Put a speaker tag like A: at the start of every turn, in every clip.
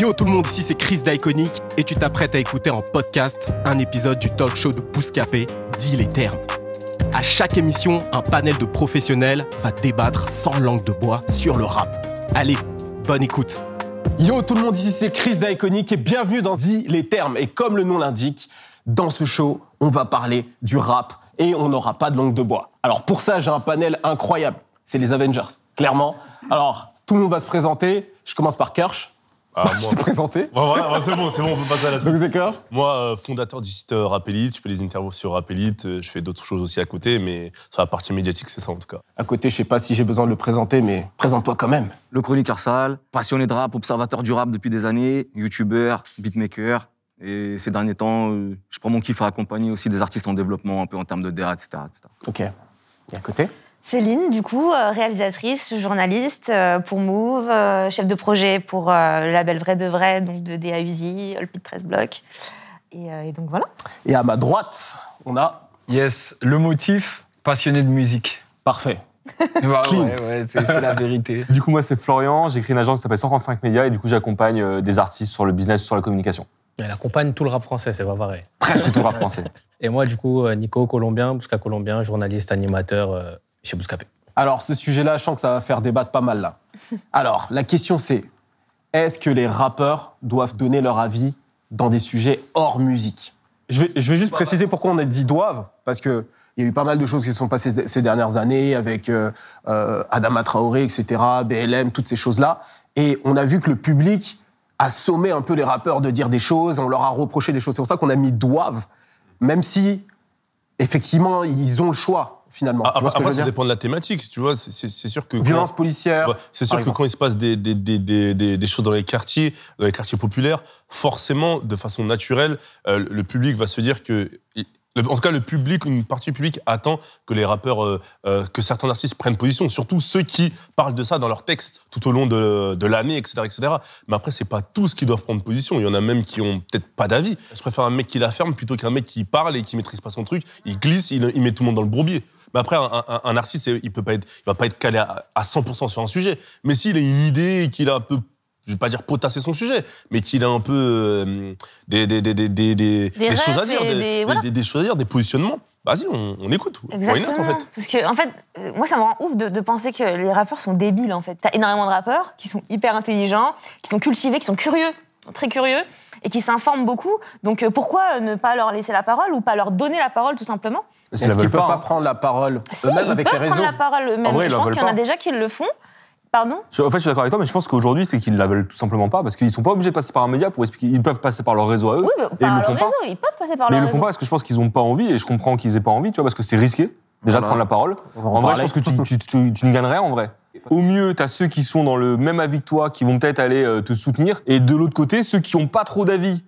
A: Yo tout le monde, ici c'est Chris d'Iconic et tu t'apprêtes à écouter en podcast un épisode du talk show de Bouscapé, dit les termes. À chaque émission, un panel de professionnels va débattre sans langue de bois sur le rap. Allez, bonne écoute. Yo tout le monde, ici c'est Chris d'Iconic et bienvenue dans Dit les termes. Et comme le nom l'indique, dans ce show, on va parler du rap et on n'aura pas de langue de bois. Alors pour ça, j'ai un panel incroyable. C'est les Avengers, clairement. Alors, tout le monde va se présenter. Je commence par Kirsch.
B: Ah,
A: Bah, je
B: moi.
A: t'ai présenté.
B: Bon, voilà, c'est bon, c'est bon, on peut passer à la
A: Donc
B: suite.
A: d'accord
B: Moi, euh, fondateur du site euh, Rap Elite, je fais des interviews sur Rap Elite, euh, je fais d'autres choses aussi à côté, mais sur la partie médiatique, c'est ça en tout cas.
A: À côté, je sais pas si j'ai besoin de le présenter, mais présente-toi quand même.
C: Le chroniqueur sale, passionné de rap, observateur du rap depuis des années, youtubeur, beatmaker. Et ces derniers temps, euh, je prends mon kiff à accompagner aussi des artistes en développement, un peu en termes de DA, etc. etc.
A: Ok. Et à côté
D: Céline, du coup, euh, réalisatrice, journaliste euh, pour Move, euh, chef de projet pour euh, le label Vrai de Vrai, donc de DAUZI, All Pit 13 Block. Et, euh, et donc voilà.
A: Et à ma droite, on a.
E: Yes, le motif, passionné de musique.
A: Parfait.
E: Bah,
A: Clean.
E: ouais, ouais, c'est c'est la vérité.
F: Du coup, moi, c'est Florian. J'écris une agence qui s'appelle 135 Médias et du coup, j'accompagne euh, des artistes sur le business, sur la communication.
G: Elle accompagne tout le rap français, c'est pas pareil.
F: Presque tout le rap français.
G: Et moi, du coup, euh, Nico, colombien, Bousca colombien, journaliste, animateur euh, chez Bouscapé.
A: Alors, ce sujet-là, je sens que ça va faire débattre pas mal là. Alors, la question c'est est-ce que les rappeurs doivent donner leur avis dans des sujets hors musique je vais, je vais juste préciser pourquoi on a dit doivent, parce que. Il y a eu pas mal de choses qui se sont passées ces- ces dernières années avec euh, euh, Adama Traoré, etc., BLM, toutes ces choses-là. Et on a vu que le public a sommé un peu les rappeurs de dire des choses, on leur a reproché des choses. C'est pour ça qu'on a mis doivent, même si, effectivement, ils ont le choix, finalement.
B: Ah,
A: Tu vois ce que je
B: après, après,
A: veux
B: ça
A: dire
B: dépend de la thématique, tu vois, c'est- c'est c'est sûr que.
A: Violence policière.
B: Ouais, c'est sûr
A: par
B: que
A: exemple.
B: quand il se passe des, des, des, des, des- des choses dans les quartiers, dans les quartiers populaires, forcément, de façon naturelle, euh, le public va se dire que. il- le- En tout cas, le public, une partie du public attend que les rappeurs, euh, euh, que certains artistes prennent position, surtout ceux qui parlent de ça dans leurs textes tout au long de, de l'année, etc., etc. Mais après, c'est pas tous qui doivent prendre position. Il y en a même qui ont peut-être pas d'avis. Je préfère un mec qui la ferme plutôt qu'un mec qui parle et qui maîtrise pas son truc. Il glisse, il, il met tout le monde dans le bourbier. Mais après, un, un- un artiste, c'est- il peut pas être, il va pas être calé à, à 100% sur un sujet. Mais s'il a une idée et qu'il a un peu, je vais pas dire potassé son sujet, mais qu'il a un peu euh, des, des, des, des, des, des- des
D: rêves
B: choses à dire,
D: et
B: des,
D: des-
B: des-
D: voilà.
B: des- des choses à dire, des positionnements. Vas-y, on, on écoute. Why not, en fait.
D: Parce que, en fait, euh, moi, ça me rend ouf de, de penser que les rappeurs sont débiles, en fait. T'as énormément de rappeurs qui sont hyper intelligents, qui sont cultivés, qui sont curieux, très curieux, et qui s'informent beaucoup. Donc euh, pourquoi ne pas leur laisser la parole ou pas leur donner la parole, tout simplement
F: Ils
A: Est-ce
F: la
A: qu'ils
F: veulent
A: peuvent
F: pas.
A: pas
F: hein.
A: prendre la parole
D: Ah Si,
A: eux-mêmes
D: ils
A: avec les
D: peuvent prendre
A: réseaux
D: la parole eux-mêmes.
F: vrai, ils
D: je
F: la
D: pense
F: veulent
D: qu'il y en a
F: pas.
D: déjà qui le font. Pardon
F: Je- en fait, je suis d'accord avec toi, mais je pense qu'aujourd'hui, c'est qu'ils la veulent tout simplement pas parce qu'ils sont pas obligés de passer par un média pour expliquer. Ils peuvent passer par leur réseau à eux.
D: Oui, mais
F: ils
D: par
F: le
D: leur
F: font pas.
D: réseau, ils peuvent passer par
F: mais ils
D: leur
F: le font
D: réseau.
F: pas parce que je pense qu'ils ont pas envie et je comprends qu'ils aient pas envie, tu vois, parce que c'est risqué. Déjà de
C: Voilà.
F: prendre la parole.
A: On va
F: En, vrai, je
A: parler.
F: pense que tu, tu, tu, tu n'y gagnerais en vrai. Au mieux, t'as ceux qui sont dans le même avis que toi, qui vont peut-être aller euh, te soutenir. Et de l'autre côté, ceux qui n'ont pas trop d'avis,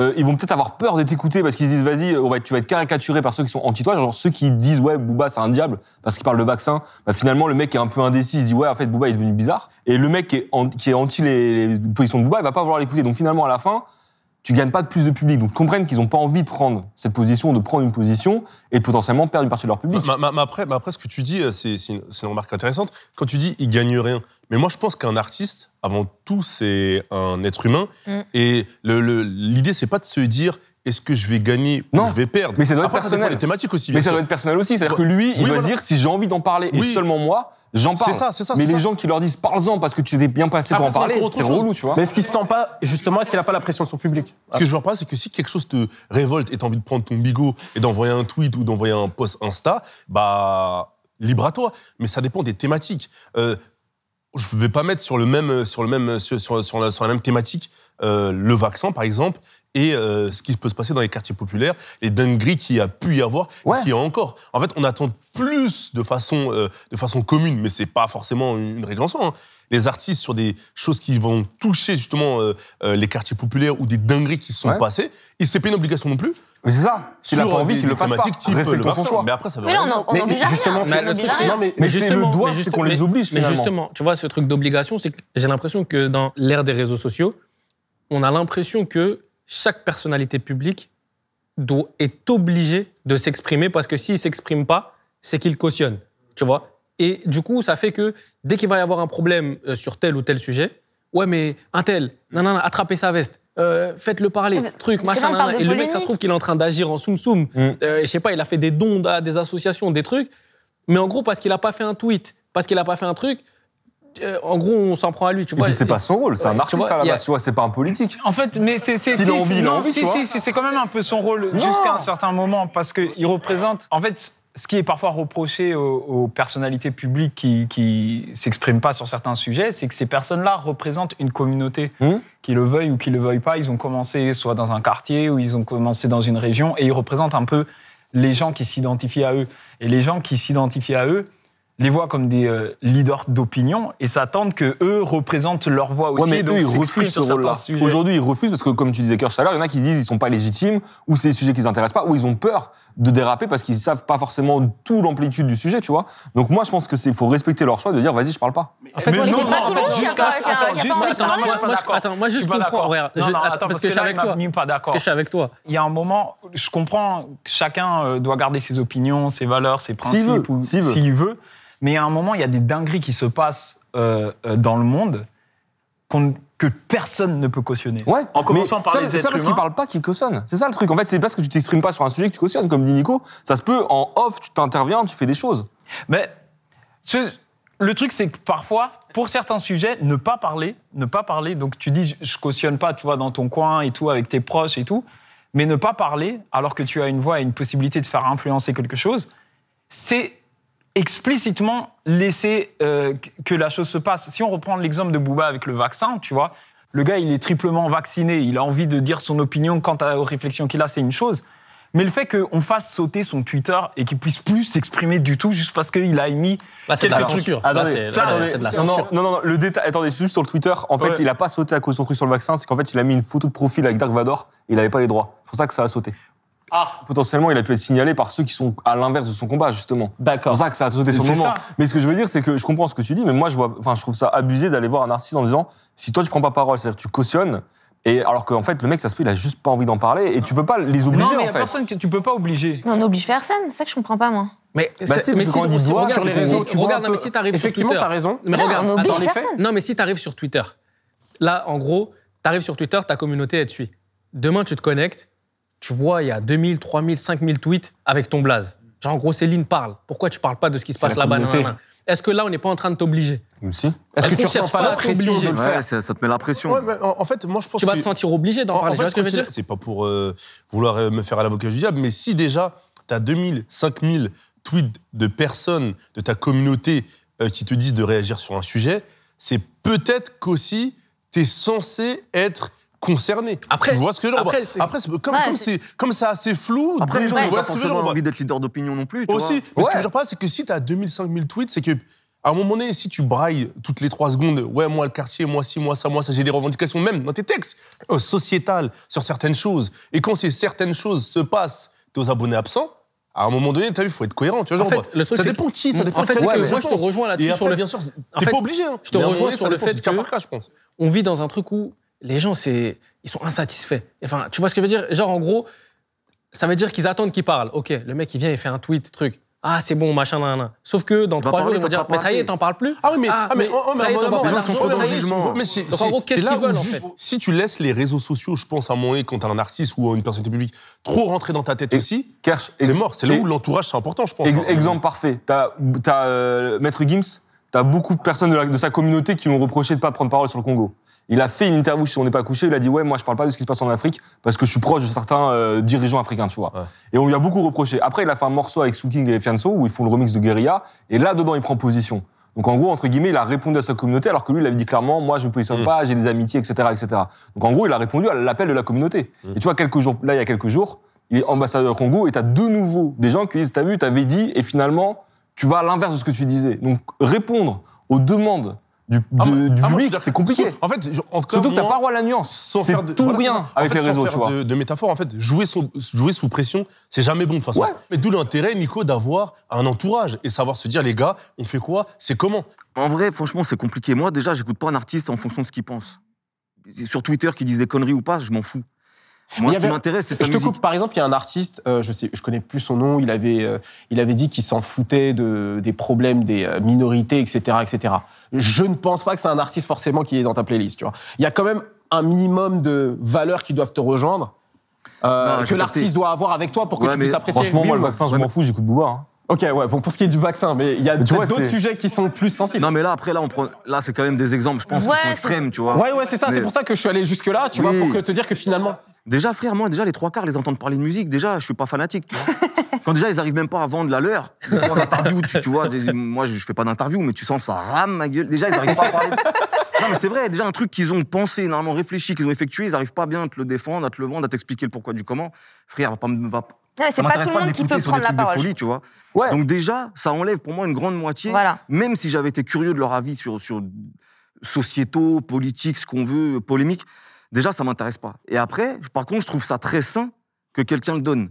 F: euh, ils vont peut-être avoir peur de t'écouter parce qu'ils se disent vas-y, euh, on va être- tu vas être caricaturé par ceux qui sont anti toi. Genre ceux qui disent ouais, Booba c'est un diable parce qu'il parle de vaccin. Bah, finalement, le mec est un peu indécis, il se dit ouais, en fait, Booba est devenu bizarre. Et le mec qui est, an- qui est anti les, les positions de Booba, il va pas vouloir l'écouter. Donc finalement, à la fin, tu gagnes pas de plus de public. Donc comprennent qu'ils n'ont pas envie de prendre cette position, de prendre une position et de potentiellement perdre une partie de leur public.
B: Ma- ma- ma- après, ma- après, ce que tu dis, euh, c'est c'est une, c'est une remarque intéressante. Quand tu dis il gagne rien, mais moi je pense qu'un artiste, avant tout, c'est un être humain.
D: Mm.
B: Et le- le- l'idée, c'est pas de se dire est-ce que je vais gagner
F: Non,
B: ou je vais perdre.
F: mais ça doit être
B: Après, dépend
F: personnel.
B: des thématiques aussi.
F: Mais
B: bien
F: ça
B: sûr.
F: doit être personnel aussi, c'est-à-dire
B: Bah,
F: que lui, il
B: oui,
F: doit
B: voilà.
F: dire si j'ai envie d'en parler
B: Oui.
F: et seulement moi, j'en parle.
B: C'est ça, c'est ça,
F: Mais
B: c'est
F: les
B: ça. Ah,
F: gens qui leur disent parle-en parce que tu t'es bien passé pour
B: Après,
F: en
B: c'est
F: parler,
B: encore autre
F: c'est
B: chose.
F: relou, tu vois.
A: Mais est-ce qu'il se sent pas, justement, est-ce qu'il a pas la pression de son public
B: Ce que je veux pas, c'est que si quelque chose te révolte et t'as envie de prendre ton bigot et d'envoyer un tweet ou d'envoyer un post Insta, bah libre à toi. Mais ça dépend des thématiques. Euh, je vais pas mettre sur le même sur le même sur, sur- sur la, sur la même thématique euh, le vaccin par exemple et euh, ce qui peut se passer dans les quartiers populaires, les dingueries qu'il y a pu y avoir,
F: Ouais.
B: qu'il y a encore. En fait, on attend plus de façon euh, de façon commune, mais c'est pas forcément une règle en soi. hein. les artistes sur des choses qui vont toucher justement euh, euh, les quartiers populaires ou des dingueries qui se sont
F: Ouais.
B: passées. Et c'est pas une obligation non plus.
F: Mais c'est ça. S'il a
B: sur
F: pas envie,
B: des-
F: qu'il le
B: des
F: fasse pas.
B: thématiques type, euh,
F: Respectons
B: le
F: son
B: marchand.
F: choix.
B: Mais après, ça veut
D: Mais
B: rien
D: là,
B: dire.
D: on- on
G: Mais
D: n'oblige à
F: justement,
D: rien.
F: mais
D: on
G: le
D: n'oblige
G: truc,
D: à
G: c'est-
D: rien.
F: Non, mais,
G: Mais
F: mais c'est
G: justement,
F: le doigt,
G: mais
F: c'est
G: juste-
F: qu'on les
G: mais-
F: oblige
G: Mais
F: finalement.
G: justement, tu vois, ce truc d'obligation, c'est que j'ai l'impression que dans l'ère des réseaux sociaux, on a l'impression que chaque personnalité publique doit, est obligée de s'exprimer parce que s'il ne s'exprime pas, c'est qu'il cautionne. Tu vois Et du coup, ça fait que dès qu'il va y avoir un problème euh, sur tel ou tel sujet, ouais, mais un tel, non, non, non, attrapez sa veste. euh, faites-le parler,
D: Ouais, mais-
G: truc,
D: parce que
G: machin,
D: là, on
G: nan, nan.
D: parle
G: et
D: de
G: le mec, ça
D: polémique.
G: se trouve qu'il est en train d'agir en soum soum.
F: Mm.
G: Euh, je sais pas, il a fait des dons à des associations, des trucs. Mais en gros, parce qu'il a pas fait un tweet, parce qu'il a pas fait un truc, euh, en gros, on s'en prend à lui. Tu
F: Et
G: vois,
F: puis c'est pas son rôle, c'est
G: Ouais,
F: un
G: tu
F: artiste
G: vois,
F: à la
G: y a-
F: base, tu vois, c'est pas un politique.
E: En fait, mais c'est c'est
F: S'il
E: si,
F: a
E: si,
F: envie, il a
E: non,
F: envie,
E: si,
F: hein, tu vois.
E: si, si, c'est quand même un peu son rôle jusqu'à un certain moment parce que il représente. En fait, ce qui est parfois reproché aux, aux personnalités publiques qui qui s'expriment pas sur certains sujets, c'est que ces personnes-là représentent une communauté,
F: Mhm.
E: qui le veuille ou qui le veuille pas. Ils ont commencé soit dans un quartier ou ils ont commencé dans une région et ils représentent un peu les gens qui s'identifient à eux. Et les gens qui s'identifient à eux les voient comme des euh, leaders d'opinion et s'attendent que eux représentent leur voix aussi.
F: Ouais, mais
E: donc
F: eux, ils
E: s'expriment
F: refusent ce
E: sur certains
F: rôle-là.
E: sujets.
F: Aujourd'hui, ils refusent parce que, comme tu disais, Kirch, tout à l'heure, il y en a qui disent qu'ils sont pas légitimes, ou c'est des sujets qui les intéressent pas, ou ils ont peur de déraper parce qu'ils savent pas forcément tout l'amplitude du sujet, tu vois. Donc moi, je pense que c'est faut respecter leur choix de dire vas-y, je parle pas.
G: En fait,
B: Mais
G: moi, je
B: non,
G: comprends-
D: pas tout le monde qui a
E: juste
D: pas-
E: un-
D: qui a-
E: attends,
D: qui a
E: juste
D: pas envie de
E: attends,
D: parler,
E: moi,
D: je
G: suis pas
E: je-
G: d'accord.
E: attends, moi,
G: Je
E: je
G: suis pas
E: comprends.
G: d'accord.
E: Regarde,
G: Non,
E: je-
G: non,
E: attends, parce que là,
G: avec
E: il m'a
G: toi.
E: mis pas d'accord.
G: Parce que je suis avec toi.
E: Il y a un moment, je comprends que chacun euh, doit garder ses opinions, ses valeurs, ses principes,
F: veut,
E: ou
F: s'il veut.
E: veut. Mais à un moment, il y a des dingueries qui se passent euh, euh, dans le monde qu'on- que personne ne peut cautionner.
F: Ouais.
E: En commençant
F: mais
E: par
F: ça,
E: les
F: C'est pas
E: êtres
F: parce
E: humains.
F: qu'ils parlent pas qu'ils cautionnent. C'est ça le truc. En fait, c'est parce que tu t'exprimes pas sur un sujet que tu cautionnes. Comme dit Nico, ça se peut en off, tu t'interviens, tu fais des choses.
E: Mais ce- le truc, c'est que parfois, pour certains sujets, ne pas parler, ne pas parler. Donc tu dis, je, je cautionne pas, tu vois, dans ton coin et tout, avec tes proches et tout, mais ne pas parler alors que tu as une voix et une possibilité de faire influencer quelque chose, c'est explicitement laisser euh, que- que la chose se passe. Si on reprend l'exemple de Booba avec le vaccin, tu vois, le gars, il est triplement vacciné, il a envie de dire son opinion quant à- aux réflexions qu'il a, c'est une chose. Mais le fait qu'on fasse sauter son Twitter et qu'il puisse plus s'exprimer du tout juste parce qu'il a émis
G: Là, c'est de la
E: Quelques trucs.
G: censure. Là,
F: Attendez,
G: Ah, bah, c'est-
F: Ah, ça,
G: là,
F: attendez.
G: c'est c'est de la
F: non,
G: censure.
F: non, non, non, le détail. Attendez, juste sur le Twitter. En fait,
E: Ouais.
F: il a pas sauté à cause de son truc sur le vaccin. C'est qu'en fait, il a mis une photo de profil avec Dark Vador. Il avait pas les droits. C'est pour ça que ça a sauté.
E: Ah,
F: potentiellement, il a pu être signalé par ceux qui sont à l'inverse de son combat, justement. C'est
E: d'accord.
F: pour ça que ça a sauté sur le
E: C'est
F: moment.
E: ça.
F: Mais ce que je veux dire, c'est que je comprends ce que tu dis, mais moi, je, vois, enfin, je trouve ça abusé d'aller voir un artiste en disant si toi, tu prends pas parole, c'est-à-dire que tu cautionnes, et alors qu'en fait, le mec, ça se peut, il a juste pas envie d'en parler, et tu peux pas les
E: Non,
F: obliger,
E: mais y
F: en
E: a
F: fait.
E: personne que tu peux pas obliger.
D: Mais on n'oblige personne, c'est ça que je comprends pas, moi.
G: Mais
F: Bah, si,
G: mais
F: parce que quand on dit
G: si-
F: doigt,
G: regarde,
F: sur les réseaux,
G: si-
F: tu vois
G: regarde,
F: un
G: non, mais
F: peu-
G: si t'arrives sur
A: Effectivement,
G: Twitter.
A: t'as raison.
G: Mais
D: Non,
G: regarde,
D: on oblige
G: attends.
D: personne.
G: Non, mais si t'arrives sur Twitter, là, en gros, t'arrives sur Twitter, ta communauté, elle te suit. Demain, tu te connectes, tu vois, il y a 2000, 3000, 5000 tweets avec ton blaze. Genre, en gros, Céline parle. Pourquoi tu parles pas de ce qui se passe
F: la
G: là-bas
F: communauté.
G: nanana Est-ce que là, on n'est pas en train de t'obliger
F: Mais si.
G: Est-ce
A: que
G: qu'on
A: tu ressens
G: cherche
A: pas la
G: à
A: pression de
G: t'obliger
A: le
C: Ouais, ça, ça te met la pression.
B: Ouais, mais en en fait, moi, je pense
G: Tu vas
B: que-
G: te sentir obligé d'en
B: En- en
G: parler.
B: fait,
G: Tu vois ce que je veux
B: quand
G: dire
B: il- Ah, C'est pas pour euh, vouloir euh, me faire à l'avocat du diable, mais si déjà tu as 2000, 5000 tweets de personnes de ta communauté euh, qui te disent de réagir sur un sujet, c'est peut-être qu'aussi tu es censé être concerné.
G: Après-
B: tu vois ce que je veux dire
G: après,
B: Bah,
G: c'est-
B: Après, c'est comme,
D: Ouais,
B: comme
D: c'est-
B: c'est comme c'est assez flou.
C: Après, les gens
B: tu
C: n'ont
B: vois
C: pas
B: ce que je veux
C: forcément
B: dire Bah,
C: envie d'être leader d'opinion non plus. tu vois.
B: aussi, mais ce que
F: Ouais.
B: je veux dire par là, c'est que si t'as 2000-5000 tweets, c'est que à un moment donné, si tu brailles toutes les trois secondes, ouais, moi le quartier, moi ci, moi ça, moi ça, j'ai des revendications même dans tes textes euh, sociétales sur certaines choses. Et quand ces certaines choses se passent, t'es aux abonnés absents. À un moment donné, t'as vu, faut être cohérent, tu vois,
G: En
B: genre,
G: fait, le truc,
B: ça
G: c'est
B: dépend qui, ça
G: en
B: dépend
G: fait,
B: quel
G: c'est
B: mec,
G: que moi, je te
B: pense.
G: rejoins là-dessus
B: Et
G: sur
B: après,
G: le-
B: bien sûr, t'es
G: En fait,
B: pas obligé. hein.
G: je te
B: Mais à un
G: rejoins
B: moment donné,
G: sur
B: ça
G: le
B: dépend,
G: fait
B: c'est du cas
G: que-
B: par cas, je pense.
G: on vit dans un truc où les gens, c'est, ils sont insatisfaits. Enfin, tu vois ce que je veux dire Genre, en gros, ça veut dire qu'ils attendent qu'ils parlent. Ok, le mec, il vient, il fait un tweet, truc. Ah, c'est bon, machin, nan, nan. Sauf que dans
C: Il va
G: trois jours,
C: parler,
G: ils vont
C: ça
G: dire,
C: sera pas
G: mais ça y
C: assez.
G: est, t'en parles plus
B: Ah oui, mais, ah, mais, oh, mais
G: ça y est,
B: à un
G: t'en
B: moment,
G: parles
C: les
G: plus
C: gens
B: non,
C: sont
G: d'argent,
C: pas
B: mais
C: dans
G: ça
C: le
G: y est,
B: oui,
C: jugement.
B: mais c'est-
G: Donc, en
B: c'est-
G: gros, qu'est-ce
B: c'est là
G: qu'ils veulent,
B: où
G: en
B: juste-
G: fait
B: Si tu laisses les réseaux sociaux, je pense, à un moment donné, quand t'as un artiste ou une personnalité publique trop rentrer dans ta tête
F: Et-
B: aussi,
F: Kersh,
B: c'est mort. C'est là
F: et-
B: où l'entourage, c'est important, je pense.
F: Ex-
B: hein.
F: exemple parfait. T'as t'as, euh, Maître Gims, t'as beaucoup de personnes de, la- de sa communauté qui lui ont reproché de pas prendre parole sur le Congo. Il a fait une interview si on n'est pas couché, il a dit ouais moi je parle pas de ce qui se passe en Afrique parce que je suis proche de certains euh, dirigeants africains tu vois.
B: Ouais.
F: Et on lui a beaucoup reproché. Après il a fait un morceau avec Sue King et Fianso où ils font le remix de Guerilla et là dedans il prend position. Donc en gros entre guillemets il a répondu à sa communauté alors que lui il avait dit clairement moi je me positionne
B: Mm.
F: pas j'ai des amitiés etc etc. Donc en gros il a répondu à l'appel de la communauté.
B: Mm.
F: Et tu vois quelques jours là il y a quelques jours il est ambassadeur au Congo et t'as de nouveau des gens qui disent t'as vu t'avais dit et finalement tu vas à l'inverse de ce que tu disais. Donc répondre aux demandes du,
B: Ah,
F: de-
B: moi- ah, moi,
F: du
B: je suis
F: public,
B: d'accord.
F: c'est compliqué.
B: En fait, je- en tout cas,
F: Surtout que t'as
B: moi-
F: pas droit à la nuance.
B: sans
F: C'est
B: faire de,
F: tout
B: voilà,
F: rien
B: c'est ça. En
F: avec
B: fait,
F: les
B: sans
F: réseaux,
B: faire
F: tu vois.
B: De, de métaphore, en fait, jouer, sous- jouer sous pression, c'est jamais bon de toute façon.
F: Ouais.
B: Mais d'où l'intérêt, Nico, d'avoir un entourage et savoir se dire, les gars, on fait quoi C'est comment
C: En vrai, franchement, c'est compliqué. Moi, déjà, j'écoute pas un artiste en fonction de ce qu'il pense. Sur Twitter, qu'il dise des conneries ou pas, je m'en fous. Moi,
A: Il y
C: ce qui
A: avait-
C: m'intéresse, c'est sa
A: Je te
C: musique.
A: coupe, par exemple, il y a un artiste, euh, je sais, je connais plus son nom, il avait, euh, il avait dit qu'il s'en foutait de, des problèmes des euh, minorités, etc., etc. Je ne pense pas que c'est un artiste forcément qui est dans ta playlist, tu vois. Il y a quand même un minimum de valeurs qui doivent te rejoindre, euh,
C: Non, j'ai
A: que
C: capté.
A: l'artiste doit avoir avec toi pour que
C: Ouais,
A: tu
C: mais
A: puisses apprécier.
F: Franchement,
A: lui
F: moi,
A: ou
F: le
A: pas.
F: vaccin, je m'en fous, j'écoute Bouba. hein.
A: Ok, ouais, bon, pour ce qui est du vaccin, mais il y a
F: Mais tu
A: peut-être
F: vois,
A: d'autres
F: c'est-
A: sujets qui sont plus sensibles.
C: Non, mais là, après, là, on prend... là c'est quand même des exemples, je pense,
D: Ouais,
C: qui sont
D: c'est-
C: extrêmes, tu vois.
A: Ouais, ouais, c'est ça, c'est
C: Mais-
A: pour ça que je suis allé jusque-là, tu
C: Oui.
A: vois, pour que te dire que finalement.
C: Déjà, frère, moi, déjà, les trois quarts, les entendre parler de musique, déjà, je suis pas fanatique, tu vois. Quand déjà, ils arrivent même pas à vendre la leur, des fois, d'interview, tu, tu vois, des- moi, je fais pas d'interview, mais tu sens ça rame ma gueule. Déjà, ils arrivent pas à parler. de- Non, mais c'est vrai, déjà, un truc qu'ils ont pensé, normalement réfléchi, qu'ils ont effectué, ils arrivent pas bien à te le défendre, à te le vendre, à t'expliquer le pourquoi du comment. Frère, va pas me- va,
D: Non, mais
C: ça
D: c'est pas
C: m'intéresse
D: tout
C: pas
D: le
C: de
D: monde qui peut
C: m'écouter sur des
D: prendre la
C: trucs de
D: parole.
C: folie, tu vois.
F: Ouais.
C: Donc déjà, ça enlève pour moi une grande moitié.
D: Voilà.
C: Même si j'avais été curieux de leur avis sur, sur sociétaux, politiques, ce qu'on veut, polémique, déjà, ça m'intéresse pas. Et après, par contre, je trouve ça très sain que quelqu'un le donne.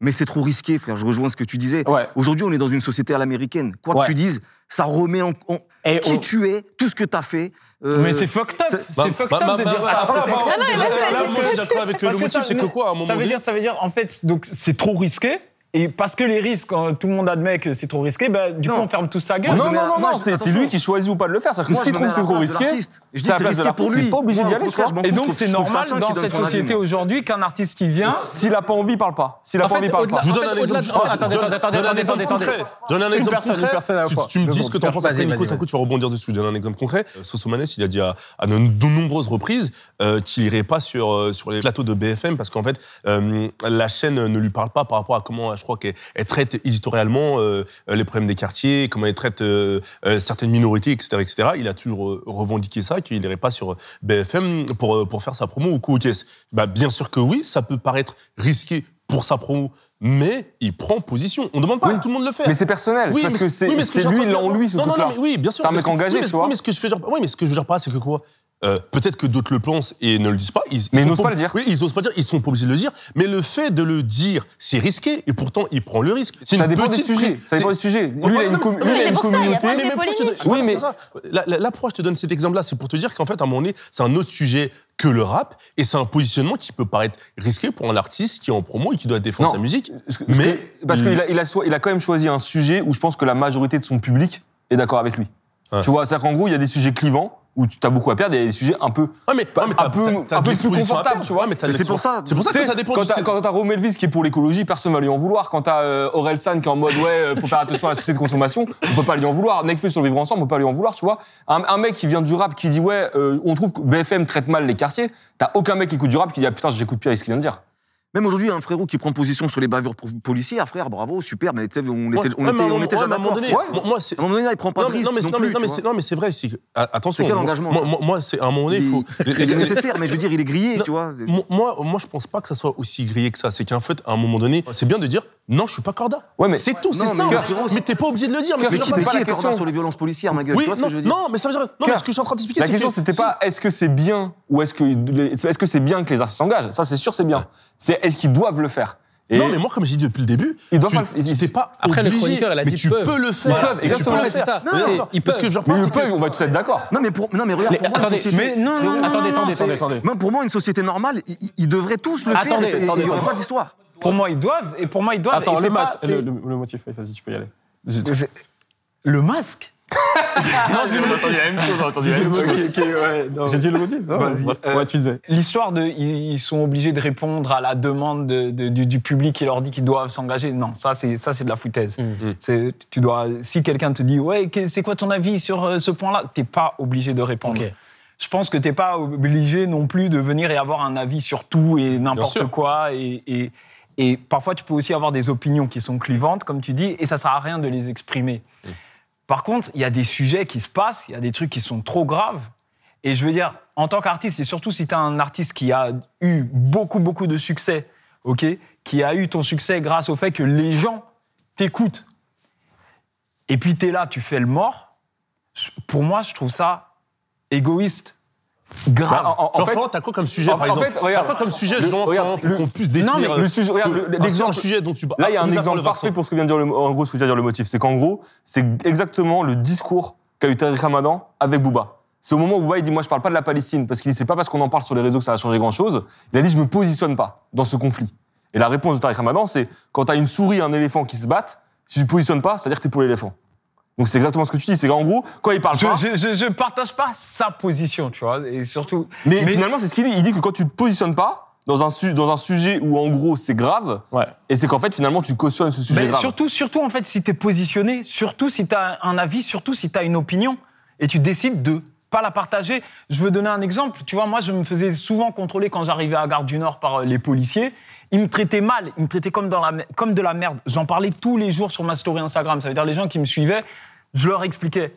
C: Mais c'est trop risqué, frère. Je rejoins ce que tu disais.
A: Ouais.
C: Aujourd'hui, on est dans une société à l'américaine. Quoi
A: Ouais.
C: que tu dises, ça remet en, en-
A: Et
C: qui
A: on-
C: tu es, tout ce que tu as fait. euh,
E: Mais c'est fucked up.
C: c'est-
E: C'est fucked
B: Bah,
E: up
B: bah,
E: de
B: bah,
E: dire
B: bah,
E: ça.
B: bah, bah, bah,
D: mais
B: bah,
D: là,
B: bah,
D: c'est-
B: là,
D: c'est-
B: moi, je suis d'accord avec euh,
E: Parce
B: le
E: que
B: motif, c'est que
E: venait-
B: quoi, à un moment
E: ça veut
B: donné
E: dire, ça veut dire, en fait, donc c'est trop risqué. Et parce que les risques, quand tout le monde admet que c'est trop risqué, bah, du coup,
C: Non.
E: on ferme tout sa gueule.
C: je
F: Non,
C: me mets à la-
F: non, non,
C: moi,
F: non,
C: je-
F: c'est c'est
C: attention.
F: lui qui choisit ou pas de le faire. C'est-à-dire que
C: Moi, je
F: s'il
C: me
F: trouve
C: mets
F: que
C: à
F: c'est
C: la
F: trop
C: place de
F: risqué,
C: l'artiste. Je dis
F: c'est à la
C: c'est
F: place de
C: risqué pour
F: l'artiste, il
C: lui.
F: est pas obligé
C: Moi,
F: d'y
C: au
F: aller, tu
C: contraire,
F: vois.
C: je m'en
E: Et
C: fous,
E: donc,
C: je
E: c'est
C: trouve ça
E: normal
C: sain
E: dans
C: qu'il donne
E: cette
C: son avis,
E: société
C: moi.
E: aujourd'hui qu'un artiste qui vient.
F: s'il a pas envie, il parle pas. S'il a
G: En
F: pas
G: fait,
F: envie, il parle pas.
G: au-delà-
B: Je vous
G: en
B: donne
G: fait,
B: un
G: au-delà
B: exemple.
G: de-
B: concret.
G: attendez,
B: Donne-
A: attendez,
B: donne un
A: attendez,
B: exemple
A: attendez,
B: concret.
A: attendez.
B: Donne un exemple
A: personne, une
B: concret.
A: personne à la
B: Tu-
A: fois.
B: Tu me
A: Deux
B: dis ce
A: secondes.
B: que t'en penses après,
G: Vas-y,
B: Nico,
G: vas-y,
B: ça coûte, tu vas rebondir dessus. Donne un exemple concret. Euh, Sosomanes, il a dit à, à de, de nombreuses reprises euh, qu'il irait pas sur, euh, sur les plateaux de BFM parce qu'en fait, euh, la chaîne ne lui parle pas par rapport à comment, je crois, qu'elle elle traite éditorialement euh, les problèmes des quartiers, comment elle traite euh, euh, certaines minorités, etc., etc. Il a toujours euh, revendiqué ça, qu'il n'irait pas sur BFM pour, euh, pour faire sa promo ou coup aux caisses. Bah, bien sûr que oui, ça peut paraître risqué pour sa promo, mais il prend position. On ne demande pas à tout le monde de le faire.
F: Mais c'est personnel,
B: Oui,
F: parce
B: mais
F: que
B: oui,
F: c'est
B: mais ce
F: c'est
B: je
F: lui,
B: veux
F: il
B: dire-
F: l'a en lui, ce
B: Non, non,
F: truc-là.
B: non, mais oui, bien sûr.
F: C'est un
B: parce
F: mec
B: que-
F: engagé,
B: oui, mais-
F: tu vois.
B: Oui, mais ce que je veux dire, oui, mais ce que je veux dire par là, c'est que quoi Euh, Peut-être que d'autres le pensent et ne le disent pas. Ils,
F: Mais ils
B: sont
F: n'osent pas le dire.
B: Oui, ils n'osent pas le dire. Ils sont pas obligés de le dire. Mais le fait de le dire, c'est risqué et pourtant il prend le risque. C'est
F: Ça
B: une
F: dépend des
B: petite
F: sujets.
B: prise.
F: Ça dépend
B: C'est-
F: des sujets. Lui, il a une,
B: Non,
F: com-
B: mais
F: lui, il a
D: c'est
F: une
D: pour ça, il y a
F: communauté.
D: pas de-
B: mais pourquoi tu
D: polémiques.
B: donnes-
F: Oui, mais-
B: c'est ça. La- la- là, pourquoi je te donne cet exemple-là C'est pour te dire qu'en fait, à un moment donné, c'est un autre sujet que le rap et c'est un positionnement qui peut paraître risqué pour un artiste qui est en promo et qui doit défendre
F: Non.
B: sa musique.
F: Parce que-
B: Mais- hmm.
F: parce qu'il a, il a, soi- il a quand même choisi un sujet où je pense que la majorité de son public est d'accord avec lui.
B: Ouais.
F: Tu vois, c'est-à-dire qu'en gros, il y a des sujets clivants où tu as beaucoup à perdre et il y a des sujets un peu.
B: Ah mais,
F: Bah,
B: ah, mais
F: un
B: t'as-
F: peu-
B: t'as- t'as
F: un
B: de
F: peu plus
B: l'exposition à
F: confortable,
B: perdre,
F: tu vois.
B: mais t'as de
C: Mais c'est
B: l'expo-
C: pour ça-
B: C'est pour ça
F: Tu
B: que
F: sais,
B: ça dépend.
F: Quand
B: du-
F: t'as- Quand t'as Rome Elvis qui est pour l'écologie, personne va lui en vouloir. Quand t'as euh, Aurel San qui est en mode ouais, euh, faut faire attention à la société de consommation, on peut pas lui en vouloir. Nekfeu sur le vivre ensemble, on peut pas lui en vouloir, tu vois. Un, un mec qui vient du rap qui dit ouais, euh, on trouve que BFM traite mal les quartiers, t'as aucun mec qui écoute du rap qui dit ah putain, j'écoute pire ce qu'il vient de dire.
C: Même aujourd'hui, un frérot qui prend position sur les bavures pro- policières, frère, bravo, super, mais tu sais, on
B: Ouais,
C: était,
B: ouais,
C: on était,
B: mais à un
C: on
B: moment-
C: était
B: ouais,
C: déjà
B: mais à un moment
C: d'accord.
B: donné,
C: frère.
B: moi- moi, c'est-
C: À un moment donné, là, il prend pas
B: Non,
C: de
B: mais-
C: risque.
B: non, mais-
C: non
B: non, mais-
C: plus,
B: non, mais
C: tu
B: c'est-
C: vois.
B: non, mais c'est vrai, c'est que- a- attention.
C: C'est quel
B: moi-
C: engagement,
B: Moi,
C: ça
B: moi- moi, c'est à un moment donné, il faut. les-
C: Il
B: les-
C: est nécessaire, mais je veux dire, il est grillé,
B: Non,
C: tu vois. c'est-
B: Mo- Moi, moi, je pense pas que ça soit aussi grillé que ça. C'est qu'en fait, à un moment donné, c'est bien de dire non, je suis pas corda.
F: Ouais, mais-
B: c'est tout, c'est
C: Non, mais
B: simple.
C: frérot,
B: Mais t'es pas obligé de le dire. Mais,
F: Cœur,
B: ce
C: Mais
B: que
C: qui
B: je
F: c'est
C: c'est
B: veux
F: pas
C: qui
F: la
C: est
F: question.
C: cordon sur les violences policières, ma gueule
B: dire-
C: Tu vois
B: Oui,
C: ce que je
B: non,
C: veux dire
B: non, mais ça veut dire. Non, mais
F: Cœur.
B: ce que je suis en train d'expliquer,
F: La
B: c'est
F: question,
B: que-
F: c'était
B: si-
F: pas est-ce que c'est bien ou est-ce que les- est-ce que c'est bien que les artistes s'engagent Ça, c'est sûr, c'est bien. C'est est-ce qu'ils doivent le faire Et
B: Non, mais moi, comme j'ai dit depuis le début,
F: Ils doivent
B: tu-
F: pas le- ils-
B: tu t'es pas
G: Après, le
B: obligé,
G: chroniqueur, il a
B: mais
G: dit
B: tu
G: peuvent.
B: peux le faire.
F: peuvent,
B: Et
F: exactement,
B: tu peux le
F: c'est
B: faire.
G: ça.
B: Mais
G: C'est-
B: d'accord.
G: ils
B: Parce que
G: peuvent.
B: je
F: mais
B: pense
F: le
B: que-
F: peuple, on va tous être d'accord.
C: Non, mais pour, non, mais regarde,
A: Les-
C: pour moi, une
A: attendez,
C: société-
E: Mais non, non, non,
A: Attendez,
E: non,
A: attendez,
E: c'est-
A: attendez, attendez.
C: même pour moi, une société normale, ils- ils ils devraient tous le faire.
A: Attendez,
C: et- et- et
A: attendez,
C: Il n'y aurait
A: attendez.
C: pas d'histoire.
E: Pour moi, ils doivent. Et pour moi, ils doivent.
A: Attends,
E: et
A: le
E: c'est pas-
A: masque,
E: c'est-
A: le, le- le motif, vas-y, tu peux y aller.
E: le masque.
A: J'ai dit le motif. J'ai dit le motif. non
E: Vas-y. euh,
A: Ouais, tu disais.
E: L'histoire de ils ils sont obligés de répondre à la demande de- de- du, du public qui leur dit qu'ils doivent s'engager. Non, ça c'est ça c'est de la
A: Mm.
E: foutaise.
B: Mm.
E: C'est- Tu dois si quelqu'un te dit ouais que- c'est quoi ton avis sur euh, ce point-là, t'es pas obligé de répondre.
G: Ok.
E: Je pense que t'es pas obligé non plus de venir et avoir un avis sur tout et
B: Bien
E: n'importe
B: sûr.
E: quoi et, et et parfois tu peux aussi avoir des opinions qui sont clivantes comme tu dis et ça sert à rien de les exprimer. Par contre, il y a des sujets qui se passent, il y a des trucs qui sont trop graves. Et je veux dire, en tant qu'artiste, et surtout si tu es un artiste qui a eu beaucoup, beaucoup de succès, ok, qui a eu ton succès grâce au fait que les gens t'écoutent, et puis tu es là, tu fais le mort, je- pour moi, je trouve ça égoïste. Grave.
A: Bah, en- en- en
B: Genre,
A: fait-
B: Florent, t'as quoi comme sujet,
A: en-
B: par
A: en
B: exemple
A: fait,
B: T'as
A: regarde.
B: quoi comme sujet,
A: Le-
B: Jean,
A: regarde,
B: Florent,
A: le-
B: qu'on puisse définir
A: mais
B: euh,
F: le sujet, regarde,
B: que-
F: le-
B: un seul
F: l'exemple-
B: sujet dont tu
E: Ah,
F: Là, il y a un
B: mis à part
F: exemple
B: le vaccin.
F: parfait pour ce que vient de dire le, en gros, ce que vient de dire le motif. C'est qu'en gros, c'est exactement le discours qu'a eu Tariq Ramadan avec Bouba. C'est au moment où Bouba, il dit Moi, je parle pas de la Palestine, parce qu'il dit C'est pas parce qu'on en parle sur les réseaux que ça va changer grand chose. Il a dit Je me positionne pas dans ce conflit. Et la réponse de Tariq Ramadan, c'est Quand t'as une souris et un éléphant qui se battent, si tu te positionnes pas, c'est-à-dire que t'es pour l'éléphant. Donc c'est exactement ce que tu dis. C'est qu'en gros, quand il parle
E: Je,
F: pas.
E: je, je, je partage pas sa position, tu vois. Et surtout,
F: Mais,
E: Mais-
F: finalement, c'est ce qu'il dit. Il dit que quand tu te positionnes pas dans un, su- dans un sujet où en gros c'est grave,
E: Ouais.
F: et c'est qu'en fait finalement tu cautionnes ce sujet
E: mais
F: grave.
E: surtout, surtout en fait, si t'es positionné, surtout si t'as un avis, surtout si t'as une opinion, et tu décides de pas la partager. Je veux donner un exemple. Tu vois, moi, je me faisais souvent contrôler quand j'arrivais à Gare du Nord par euh, les policiers. Ils me traitaient mal, ils me traitaient comme, dans la, me- comme de la merde. J'en parlais tous les jours sur ma story Instagram. Ça veut dire les gens qui me suivaient, je leur expliquais.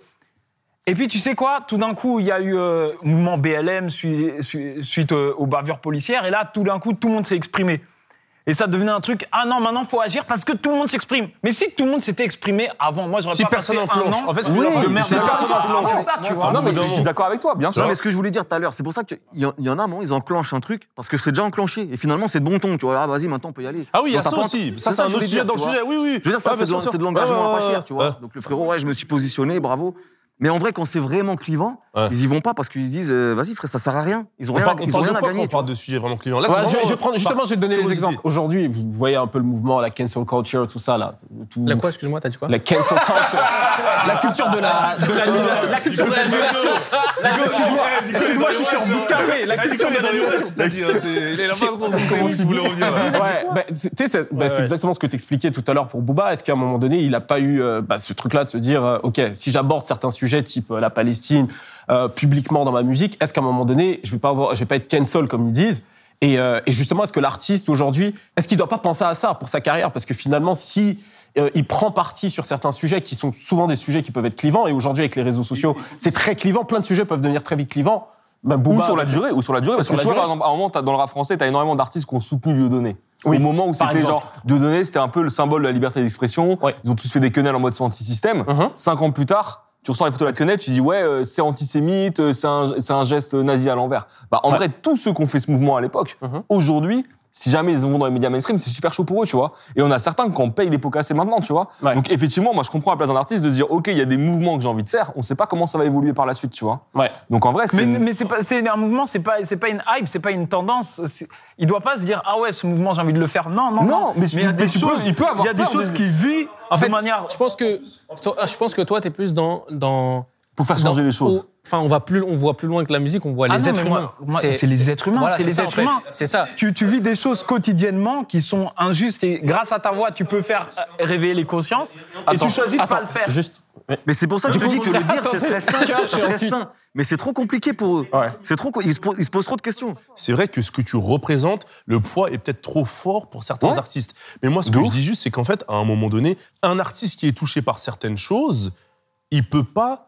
E: Et puis, tu sais quoi Tout d'un coup, il y a eu euh, mouvement BLM sui- sui- suite, euh, aux bavures policières. Et là, tout d'un coup, tout le monde s'est exprimé. Et ça devenait un truc, ah non, maintenant, faut agir parce que tout le monde s'exprime. Mais si tout le monde s'était exprimé avant, moi, j'aurais
B: Si
E: pas
B: personne
E: passé
B: en
E: un
B: planche.
E: an
B: En fait, ce que
E: oui,
B: je veux dire,
E: de
B: c'est
E: merde
B: si
E: à-
B: personne en
E: avant
B: planche.
E: ça, tu vois.
F: Non, mais
B: Évidemment.
F: je suis d'accord avec toi, bien sûr.
C: Non, mais ce que je voulais dire tout à l'heure, c'est pour ça qu'il y, en- il y en a, à un moment, ils enclenchent un truc, parce que c'est déjà enclenché. Et finalement, c'est de bon ton. Tu vois, ah, vas-y, maintenant, on peut y aller.
B: Ah oui, il y a
C: Donc,
B: ça
C: t'as pas-
B: aussi. Ça, c'est
C: c'est ça,
B: un
C: je
B: autre
C: voulais
B: sujet
C: dire,
B: dans le
C: tu vois.
B: sujet. Oui, oui.
C: Je veux dire, ça,
B: Ouais,
C: c'est de
B: bien
C: l'en-
B: sûr.
C: c'est de l'engagement
B: Ouais,
C: à pas
B: ouais,
C: cher, tu vois.
B: ouais.
C: Donc le frérot, ouais, je me suis positionné, bravo. Mais en vrai, quand c'est vraiment clivant,
B: Ouais.
C: ils y vont pas parce qu'ils disent, euh, vas-y, frère, ça sert à rien. Ils ont
B: On
C: rien,
B: parle- on
C: ils ont
B: parle de
C: rien à
B: quoi quand
C: gagner.
B: on
C: tu vois.
B: parle de sujets vraiment clients. Là,
A: Voilà,
B: c'est
A: je, je vais
B: vraiment- bah,
A: prendre- justement, je vais te donner les
B: curiosité.
A: exemples. Aujourd'hui, vous voyez un peu le mouvement, la cancel culture, tout ça, là. Tout-
G: La quoi, excuse-moi, t'as dit quoi
A: La cancel culture. la culture de la, de la, la culture de l'annulation. La- Excuse-moi, excuse-moi, je suis sur Bouscapé. La
B: Il
A: culture de l'annulation.
B: euh, est là-bas, comment tu voulais revenir là.
A: Ouais, bah, c'est tu sais, c'est- bah, c'est exactement ce que t'expliquais tout à l'heure pour Booba. Est-ce qu'à un moment donné, il n'a pas eu euh, bah, ce truc-là de se dire, euh, ok, si j'aborde certains sujets type euh, la Palestine euh, publiquement dans ma musique, est-ce qu'à un moment donné, je vais pas avoir, je vais pas être cancel comme ils disent et, euh, et justement, est-ce que l'artiste aujourd'hui, est-ce qu'il doit pas penser à ça pour sa carrière Parce que finalement, si euh, il prend parti sur certains sujets qui sont souvent des sujets qui peuvent être clivants, et aujourd'hui avec les réseaux sociaux, c'est très clivant. Plein de sujets peuvent devenir très vite clivants. Même
F: Ou
A: Booba,
F: sur la
A: avec-
F: durée, ou sur la durée, parce
A: Sur
F: que
A: la
F: tu vois,
A: durée.
F: par exemple, à un moment, t'as- dans le rap français, t'as énormément d'artistes qui ont soutenu Dieudonné.
A: Oui,
F: Au moment où
A: par
F: c'était
A: exemple.
F: genre, Dieudonné, c'était un peu le symbole de la liberté d'expression.
A: Ouais.
F: Ils ont tous fait des quenelles en mode c'est anti-système.
A: Mhm.
F: Cinq ans plus tard, tu ressors les photos de la quenelle, tu dis ouais, euh, c'est antisémite, euh, c'est un, c'est un geste nazi à l'envers. Bah, en
A: Ouais.
F: vrai, tous ceux qui ont fait ce mouvement à l'époque,
A: Mhm.
F: aujourd'hui, si jamais ils vont dans les médias mainstream, c'est super chaud pour eux, tu vois. Et on a certains qu'on paye les pots cassés maintenant, tu vois.
A: Ouais.
F: Donc effectivement, moi je comprends à la place d'un artiste de se dire, ok, il y a des mouvements que j'ai envie de faire, on sait pas comment ça va évoluer par la suite, tu vois.
A: Ouais.
F: Donc en vrai, c'est
E: Mais,
F: une-
E: mais c'est pas- c'est un mouvement, c'est pas, c'est pas une hype, c'est pas une tendance. C'est- Il doit pas se dire ah ouais ce mouvement j'ai envie de le faire. Non non
F: Non, mais tu-
E: il y a
F: mais
E: des
F: tu peux-
E: choses,
F: il peut avoir
E: il y a des
F: peur
E: choses
F: des-
E: qui vit
G: En fait,
E: de manière.
G: je pense que toi, ah, je pense que toi, t'es plus dans dans
F: pour faire changer
G: dans-
F: les choses.
G: au- Enfin, on va plus, on voit plus loin que la musique, on voit
E: Ah
G: les
E: non,
G: êtres
E: mais moi-
G: humains.
E: moi, c'est les êtres humains,
G: voilà,
E: c'est les
G: ça, en
E: êtres
G: fait.
E: humains.
G: C'est ça.
E: Tu, tu vis des choses quotidiennement qui sont injustes et grâce à ta voix tu peux faire euh, réveiller les consciences et tu choisis de pas le faire.
A: Juste,
C: Mais c'est pour ça que je te dis que le dire, ce serait sain. ça serait
A: ensuite.
C: sain. Mais c'est trop compliqué pour eux.
A: Ouais.
C: C'est trop, co- ils, se po- ils se posent trop de questions.
B: c'est vrai que ce que tu représentes, le poids est peut-être trop fort pour certains
F: Ouais.
B: artistes. Mais moi, ce
F: De
B: que je
F: ouf.
B: dis juste, c'est qu'en fait, à un moment donné, un artiste qui est touché par certaines choses, il peut pas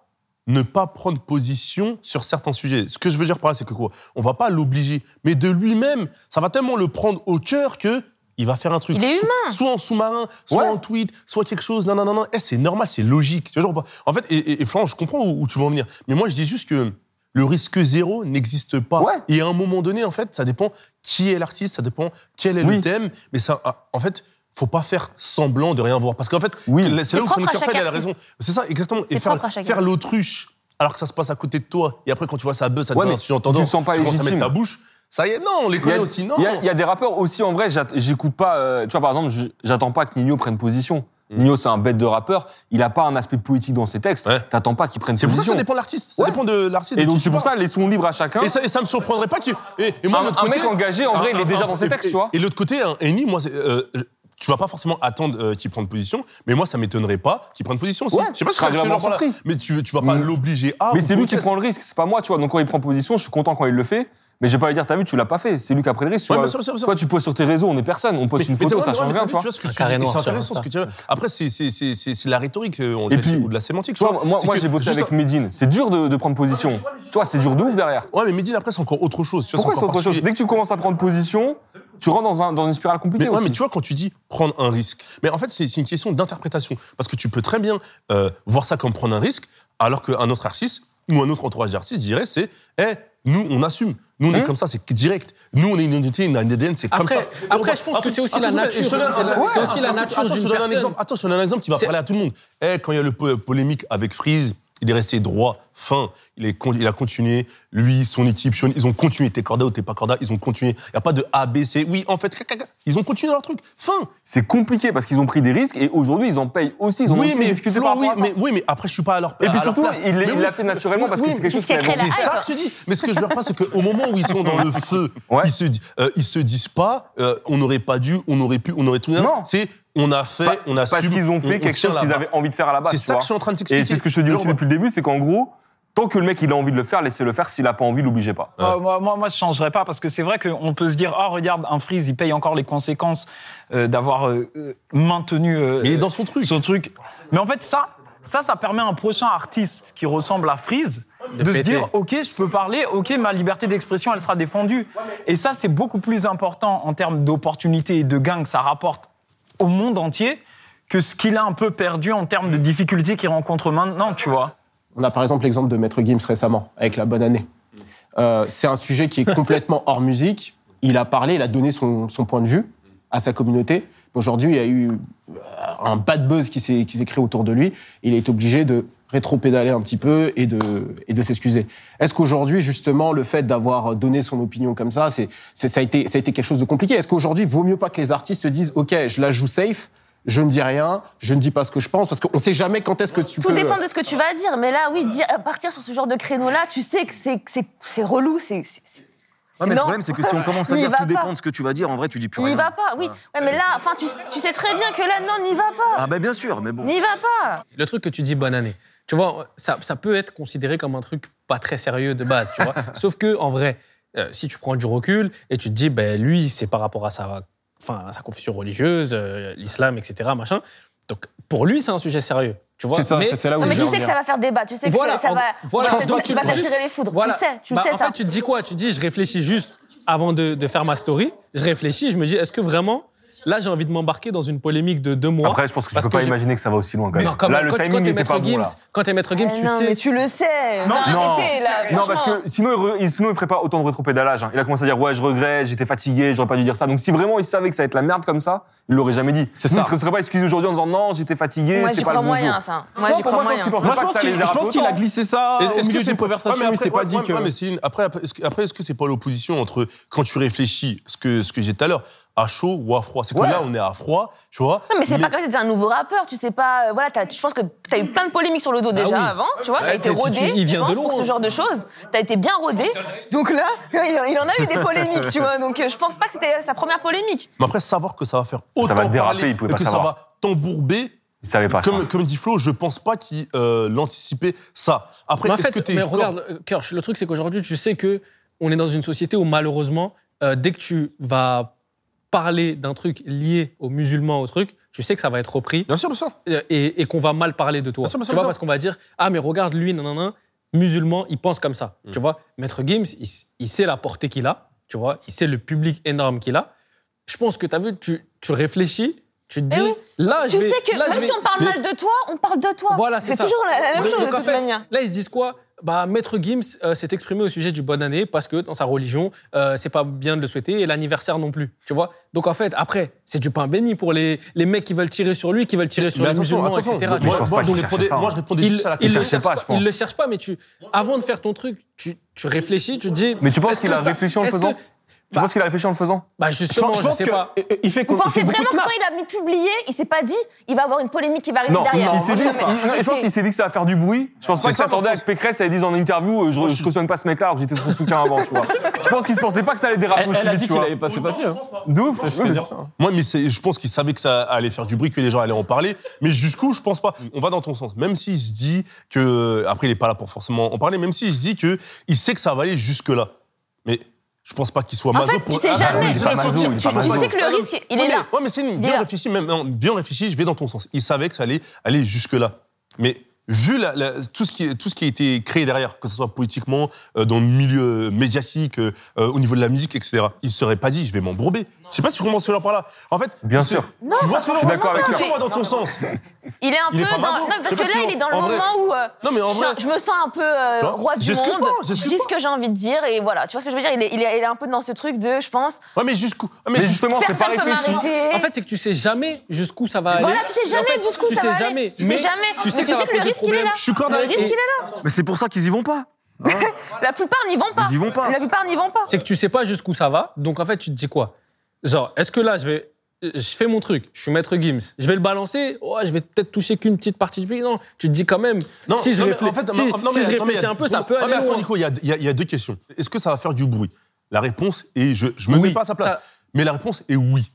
B: ne pas prendre position sur certains sujets. Ce que je veux dire par là, c'est que quoi On va pas l'obliger, mais de lui-même, ça va tellement le prendre au cœur que il va faire un truc.
D: Il est
B: So-
D: humain.
B: Soit en sous-marin, soit
F: Ouais.
B: en tweet, soit quelque chose. Non, non, non, non. Eh, c'est normal, c'est logique. Tu vois, genre, en fait, et, et, et Florent, je comprends où, où tu veux en venir. Mais moi, je dis juste que le risque zéro n'existe pas.
F: Ouais.
B: Et à un moment donné, en fait, ça dépend qui est l'artiste, ça dépend quel est le
F: Oui.
B: thème. Mais ça, ah, en fait, faut pas faire semblant de rien voir. Parce qu'en fait,
F: Oui.
B: là, c'est
D: C'est
B: là où
D: propre
B: Chroniqueur
D: à chaque
B: Fred, elle a
D: artiste.
B: raison. C'est ça, exactement. Et
D: C'est
B: faire,
D: propre à chaque
B: faire
D: artiste.
B: l'autruche alors que ça se passe à côté de toi. Et après, quand tu vois ça buzz, ça
F: Ouais,
B: devient
F: mais
B: un sujet en
F: si tu te
B: tendance.
F: sens pas
B: tu commences à
F: légitime.
B: mettre ta bouche. Ça y est, non, on les
F: Il y a-
B: connaît aussi, non.
F: Il y a- il y, a des rappeurs aussi, en vrai, j'att- j'écoute pas. euh, tu vois, par exemple, je- j'attends pas que Nino prenne position.
B: Mm.
F: Nino, c'est un bête de rappeur. Il a pas un aspect politique dans ses textes.
B: Ouais.
F: T'attends pas qu'il prenne
B: C'est pour ça que
F: position.
B: ça dépend de l'artiste. Ça
F: Ouais.
B: dépend de l'artiste.
F: et
B: de
F: donc,
B: qui
F: c'est
B: tu
F: pour
B: parles.
F: ça, laissons libre à chacun.
B: Et ça, et ça me surprendrait pas que. Et, et moi,
F: Un-
B: de l'autre
F: un
B: côté-
F: mec engagé, en vrai, il est déjà dans ses
B: Ah, et-
F: textes,
B: et-
F: tu vois.
B: Et de l'autre côté, un Eni, moi, c'est, euh, je- tu vas pas forcément attendre euh, qu'il prenne position, mais moi, ça m'étonnerait pas qu'il prenne position aussi.
F: Ouais,
B: je sais pas
F: je
B: si c'est
F: serais
B: ce que
F: vraiment
B: j'en parle là,
F: surpris.
B: Mais tu, tu vas pas
F: Mm.
B: l'obliger à.
F: mais
B: ou
F: c'est lui qui
B: qu'est-ce-
F: prend le risque, c'est pas moi, tu vois. Donc, quand il prend position, je suis content quand il le fait. Mais je vais pas lui dire, t'as vu, tu l'as pas fait. C'est lui qui a pris le risque. tu
B: Ouais,
F: vois.
B: bien sûr, bien sûr, bien sûr.
F: Toi, tu poses sur tes réseaux, on est personne. On pose
B: Mais-
F: une
B: mais t'as-
F: photo,
B: ouais,
F: ça
B: ouais,
F: change
B: mais
F: rien,
B: t'as
F: tu
B: vu,
F: vois.
B: ce que
G: Un
B: tu
G: carré
B: dis, et
G: noir
B: C'est
G: sur
B: intéressant ce
G: Insta.
B: que tu vois. Après, c'est c'est- c'est- c'est- c'est la rhétorique, euh, on
F: Et
B: le fait,
F: puis-
B: ou de la sémantique.
F: Tu
B: tu
F: vois, moi,
B: C'est
F: moi,
B: que
F: j'ai bossé
B: juste
F: avec
B: un-
F: Medine. C'est dur de, de prendre position. Tu vois, c'est dur de ouf derrière.
B: Ouais, mais Medine, après, c'est encore autre chose. tu vois,
F: Pourquoi c'est
B: encore
F: autre chose
B: particulier.
F: Dès que tu commences à prendre position, tu rentres dans, un, dans une spirale compliquée
B: Mais, ouais,
F: aussi.
B: mais tu vois, quand tu dis prendre un risque, mais en fait, c'est c'est une question d'interprétation. Parce que tu peux très bien euh, voir ça comme prendre un risque, alors qu'un autre artiste ou un autre entourage d'artistes dirait, c'est Eh, nous, on assume. Nous, on est
E: Hmm.
B: comme ça, c'est direct. Nous, on est une identité, une ADN, c'est comme
E: Après,
B: ça. Ah,
E: après, je pense
B: Attends,
E: que c'est aussi
B: attends, je
E: la
B: te donne-
E: nature.
B: je te donne-
E: C'est la-
B: ouais,
E: c'est aussi
B: attends,
E: la
B: attends,
E: nature
B: attends, je te
E: d'une
B: donne un
E: personne.
B: exemple. Attends, je te donne un exemple qui va
E: C'est-
B: parler à tout le monde. Eh, quand il y a le po- polémique avec Freeze, il est resté droit, fin. Il, est, con- il a continué. Lui, son équipe, Sean, ils ont continué. T'es corda ou t'es pas corda, ils ont continué. Il n'y a pas de A, B, C. Oui, en fait, caca, caca. ils ont continué leur truc. Fin.
F: C'est compliqué parce qu'ils ont pris des risques et aujourd'hui ils en payent aussi. Ils ont
B: Oui
F: aussi des
B: mais,
F: difficultés
B: Flo,
F: par
B: oui,
F: rapport à ça.
B: mais, oui, mais après, je suis pas à leur
F: Et puis
B: à leur
F: surtout,
B: place.
F: il-
B: Mais
F: il
B: oui,
F: l'a fait naturellement parce que c'est quelque chose
D: qui a créé
B: C'est
D: la
B: ça que
D: hype.
B: je te dis. Mais ce que je veux dire, pas, c'est qu'au moment où ils sont dans le feu,
F: Ouais.
B: ils, se, di- euh, ils se disent pas euh, on n'aurait pas dû, on aurait pu, on aurait tout.
F: Non.
B: C'est on a fait,
F: Pas-
B: on a
F: Parce qu'ils ont fait quelque chose qu'ils avaient envie de faire à la base.
B: C'est
F: tu
B: ça
F: vois.
B: que je suis en train de t'expliquer.
F: Et c'est ce que je te dis
B: Alors,
F: aussi depuis le début, c'est qu'en gros, tant que le mec il a envie de le faire, laissez-le faire. S'il a pas envie, l'obligez pas.
H: Moi, Euh, moi, moi, moi, je changerais pas parce que c'est vrai qu'on peut se dire ah regarde un freeze il paye encore les conséquences euh, d'avoir euh, euh, maintenu euh,
B: Mais il est dans son truc.
H: son truc. Mais en fait ça ça ça permet à un prochain artiste qui ressemble à freeze de, se
E: péter.
H: dire ok je peux parler ok ma liberté d'expression elle sera défendue et ça c'est beaucoup plus important en termes d'opportunités et de gains que ça rapporte au monde entier que ce qu'il a un peu perdu en termes de difficultés qu'il rencontre maintenant tu vois.
A: On a par exemple l'exemple de Maître Gims récemment, avec La Bonne Année. Euh, c'est un sujet qui est complètement hors musique. Il a parlé, il a donné son, son point de vue à sa communauté. Aujourd'hui, il y a eu euh, un bad buzz qui s'est qui s'est créé autour de lui. Il est obligé de rétro-pédaler un petit peu et de, et de s'excuser. Est-ce qu'aujourd'hui, justement, le fait d'avoir donné son opinion comme ça, c'est c'est- ça, a été, ça a été quelque chose de compliqué Est-ce qu'aujourd'hui, vaut mieux pas que les artistes se disent « Ok, je la joue safe, je ne dis rien, je ne dis pas ce que je pense », parce qu'on ne sait jamais quand est-ce que tu
D: Tout
A: peux...
D: dépend de ce que euh, tu vas dire, mais là, oui, dire- euh, partir sur ce genre de créneau-là, tu sais que c'est- que c'est c'est relou, c'est. c'est- c'est-
C: Ouais, mais le
D: non.
C: problème, c'est que si on commence à
D: N'y
C: dire
D: va
C: tout dépend
D: pas.
C: de ce que tu vas dire, en vrai, tu dis plus rien.
D: N'y va pas, oui. Ouais, mais là, enfin, tu, tu sais très bien que là, non, n'y va pas.
C: Ah, ben bien sûr, mais bon.
D: N'y va pas.
E: Le truc que tu dis bonne année, tu vois, ça, ça peut être considéré comme un truc pas très sérieux de base, tu vois. Sauf que en vrai, euh, si tu prends du recul et tu te dis, ben lui, c'est par rapport à sa, enfin, à sa confession religieuse, euh, l'islam, etc., machin. Donc pour lui, c'est un sujet sérieux, tu vois.
A: C'est ça,
E: Mais-
A: c'est- c'est là où
D: Non, mais
A: je
D: tu
A: veux
D: sais
A: en
D: que
A: venir.
D: ça va faire débat, tu sais que
E: Voilà,
D: ça
E: en-
D: va.
E: voilà.
D: tu
E: Je pense
D: vas-
E: donc
D: tu vas
E: qu'il faut-
D: t'attirer les foudres,
E: Voilà.
D: tu sais, tu
E: Bah,
D: sais
E: en
D: ça.
E: fait, tu te dis quoi Tu te dis, je réfléchis juste avant de, de faire ma story. Je réfléchis, je me dis, est-ce que vraiment, là, j'ai envie de m'embarquer dans une polémique de deux mois
F: Après, je pense que tu
E: Parce
F: peux
E: que
F: pas
E: j'ai-
F: imaginer que ça va aussi loin quand même.
E: Non, quand
F: Là,
E: même,
F: le
E: quand, quand
F: timing
E: t'es
F: n'était
E: maître
F: pas bon.
E: Gims,
F: là.
E: quand t'es maître Gims,
D: Eh
E: tu
D: non,
E: sais.
D: mais tu le sais. Non, arrêtez, là.
F: Non, parce
D: franchement.
F: que sinon, il re- il, sinon, il ferait pas autant de rétropédalage. hein. Il a commencé à dire Ouais, je regrette, j'étais fatigué, j'aurais pas dû dire ça. Donc, si vraiment il savait que ça allait être la merde comme ça, il l'aurait jamais dit.
A: C'est
F: Nous,
A: ça.
F: Il se serait pas excusé aujourd'hui en disant Non, j'étais fatigué,
D: Moi, j'y
F: c'était eh, pas le
D: crois
F: bon jour.
D: moyen, ça. Moi,
F: Non,
D: j'y
F: pour
D: crois
F: moi,
D: moyen.
F: je pense qu'il pensait
A: Moi, je
F: pas que
A: pense
F: ça allait
A: qu'il- je
F: déraper
A: pense qu'il a
F: autant.
A: glissé ça
B: Est-ce-
A: au
B: est-ce que
A: milieu d'une
B: c'est pas- ouais,
A: conversation,
B: mais
A: il s'est
B: après-
A: pas
B: ouais,
A: dit
B: ouais,
A: que...
B: ouais, mais Céline, après, après, est-ce que- après, est-ce que c'est pas l'opposition entre quand tu réfléchis, ce que, ce que j'ai tout à l'heure, à chaud ou à froid C'est que
A: Ouais.
B: là, on est à froid, tu vois.
D: Non, mais c'est
B: mais-
D: pas comme si t'étais un nouveau rappeur, tu sais pas. euh, voilà, t'as- je pense que t'as eu plein de polémiques sur le dos déjà
E: oui.
D: avant, tu vois, t'as été
E: t'es- tu-
D: rodé.
E: tu- il
D: je
E: vient de
D: pense, Pour
E: loin.
D: ce genre de choses, t'as été bien rodé. Donc là, il, il en a eu des polémiques, tu vois. Donc euh, je pense pas que c'était sa première polémique.
B: Mais après, savoir que ça va faire autant
F: Ça va déraper,
B: parler
F: il pouvait
B: et
F: pas
B: que ça
F: savoir.
B: va t'embourber,
F: Il savait pas. je
B: comme,
F: pense.
B: comme dit Flo, je pense pas qu'il euh, l'anticipait ça. Après,
D: Bah,
E: Mais
B: est-ce
E: en fait,
B: que t'es
E: mais regarde, euh, Kersh, le truc, c'est qu'aujourd'hui, tu sais que on est dans une société où malheureusement, euh, dès que tu vas parler d'un truc lié aux musulmans, au truc, tu sais que ça va être repris
B: Bien sûr, bien sûr.
E: euh, et, et qu'on va mal parler de toi.
B: Bien sûr, bien sûr,
E: tu vois,
B: bien
E: parce qu'on va dire Ah, mais regarde, lui, non, non, non, musulman, il pense comme ça. Tu vois, Maître Gims, il, s- il sait la portée qu'il a, tu vois, il sait le public énorme qu'il a. Je pense que tu as vu, tu, tu réfléchis, tu te dis
D: Eh oui.
E: Là, je
D: Tu
E: vais.
D: sais que
E: là, je
D: même
E: vais-
D: si on parle
E: Mais-
D: mal de toi, on parle de toi.
E: Voilà, c'est ça.
D: toujours la, la même
E: Donc-
D: chose
E: donc,
D: de
E: en
D: toute
E: fait,
D: manière.
E: Là, ils se disent quoi bah, Maître Gims euh, s'est exprimé au sujet du bonne année parce que dans sa religion, euh, c'est pas bien de le souhaiter et l'anniversaire non plus. Tu vois Donc en fait, après, c'est du pain béni pour les, les mecs qui veulent tirer sur lui, qui veulent tirer sur
B: Mais
E: les
B: attention,
E: musulmans,
B: attention.
E: etc. tu
B: Moi,
E: vois.
F: je pense
B: moi,
F: pas
B: je
F: qu'il
B: répondais-
F: cherchait ça,
B: moi,
F: hein.
B: je répondais
E: Il,
B: juste à la
E: il
B: question.
E: le cherche
F: cherchait
E: pas,
F: pas, je pense.
E: il le cherche pas, mais tu, avant de faire ton truc, tu, tu réfléchis, tu te dis.
F: Mais tu penses
E: est-ce
F: qu'il
E: que
F: a
E: ça-
F: réfléchi en le
E: est-ce
F: faisant
E: que-
F: Tu penses qu'il a réfléchi en le faisant
E: Bah
A: Je
E: justement,
A: pense,
E: je,
A: je pense
E: sais
A: que
E: pas.
A: euh, il fait
D: Vous
A: qu'on il
D: pensez
A: fait beaucoup
D: vraiment que
A: cela.
D: quand il a mis publier, il s'est pas dit il va avoir une polémique qui va arriver Euh,
F: Non,
D: derrière
F: il s'est dit,
D: Non, mais
F: il- non, je pense qu'il s'est dit que ça va faire du bruit. Je pense
B: C'est
F: pas qu'il
B: ça,
F: s'attendait
B: moi,
F: à
B: je
F: que Pécresse elle dise en interview euh, je, je cautionne pas ce mec-là alors que j'étais son soutien avant, tu vois. Je pense qu'il se pensait pas que ça allait déraper
A: Elle,
F: aussi
A: elle a
F: vite,
A: dit
F: tu
A: qu'il
F: vois.
A: avait passé papier. hein.
F: De ouf,
A: Je peux dire ça.
B: Moi, mais c'est- je pense qu'il savait que ça allait faire du bruit, que les gens allaient en parler. Mais jusqu'où, je pense pas. On va dans ton sens. Même s'il se dit que. Après, il n'est pas là pour forcément en parler. Même s'il se dit que il sait que ça va aller jusque-là. Mais je pense pas qu'il soit
D: En
B: maso
D: fait,
B: pour. Ah, bah,
D: tu sais jamais.
B: je vais
F: Il est pas
B: le
F: maso,
B: sortir.
F: il est pas
B: Je pense
F: maso.
D: Tu sais que le
B: Ah, non,
D: risque, il
B: ouais,
D: est
B: mais-
D: là.
B: Ouais, mais Céline,
D: Il est
B: bien
D: là.
B: réfléchi. Même, non, bien réfléchi, je vais dans ton sens. Il savait que ça allait aller jusque-là. Mais. Vu la- la- tout, ce qui, tout ce qui a été créé derrière, que ce soit politiquement, euh, dans le milieu euh, médiatique, euh, euh, au niveau de la musique, etc., il ne serait pas dit, je vais m'embourber. Je sais pas si tu comprends ce que je veux dire par là. En fait,
I: Bien
B: c'est-
I: sûr.
D: Non,
B: Tu vois ce que je veux dire
I: d'accord
B: C'est
I: avec
D: toi.
B: toujours dans ton
D: Non,
B: sens.
D: Il est un
B: Il est
D: peu
B: pas
D: dans.
B: maso.
D: Non,
B: Je
D: parce
B: sais
D: que
B: pas
D: là,
B: si
D: il est dans le
B: en vrai-
D: moment où. euh,
B: Non, mais en
D: je-
B: vrai.
D: je, me sens un peu euh,
B: Tu vois,
D: roi du monde.
B: j'excuse pas, j'excuse
D: je dis
B: pas.
D: ce que j'ai envie de dire et voilà. Tu vois ce que je veux dire il est, il est- il est un peu dans ce truc de, je pense,
B: Ouais, mais jusqu'où Ah,
I: Mais
B: jusqu'où
I: justement, c'est pas
D: personne peut
I: réfléchi.
D: m'arrêter.
E: En fait, c'est que tu sais jamais jusqu'où ça va aller.
D: voilà, tu sais
E: Et en
D: jamais
E: fait,
D: jusqu'où
E: tu
D: ça
E: sais
D: va aller.
E: jamais.
D: Tu sais
E: Mais
D: jamais.
E: tu sais que
D: Mais
E: ça va
D: le
E: poser
D: risque, il est
E: problème.
D: là.
B: Je suis corne
D: Le
B: avec
D: risque, il est là.
C: Mais c'est pour ça qu'ils y vont pas.
D: La plupart n'y vont pas.
C: Ils y vont pas.
D: La plupart n'y vont pas.
E: C'est que tu sais pas jusqu'où ça va. Donc en fait, tu te dis quoi Genre, est-ce que là, je vais. Je fais mon truc, je suis maître Gims. Je vais le balancer, oh, je vais peut-être toucher qu'une petite partie du pied. Non, tu te dis quand même,
B: Non,
E: si je
B: non, mais
E: réfléchis
B: en fait,
E: si-
B: non, non,
E: si
B: mais- non, mais il
E: je
B: y
E: réfléchis
B: a-
E: un peu, ça
B: non,
E: peut
B: mais
E: aller.
B: attends,
E: loin.
B: Nico, il y a, il y a- il y a deux questions. Est-ce que ça va faire du bruit La réponse est je, je me
E: Oui,
B: mets pas à sa place.
E: ça-
B: Mais la réponse est oui.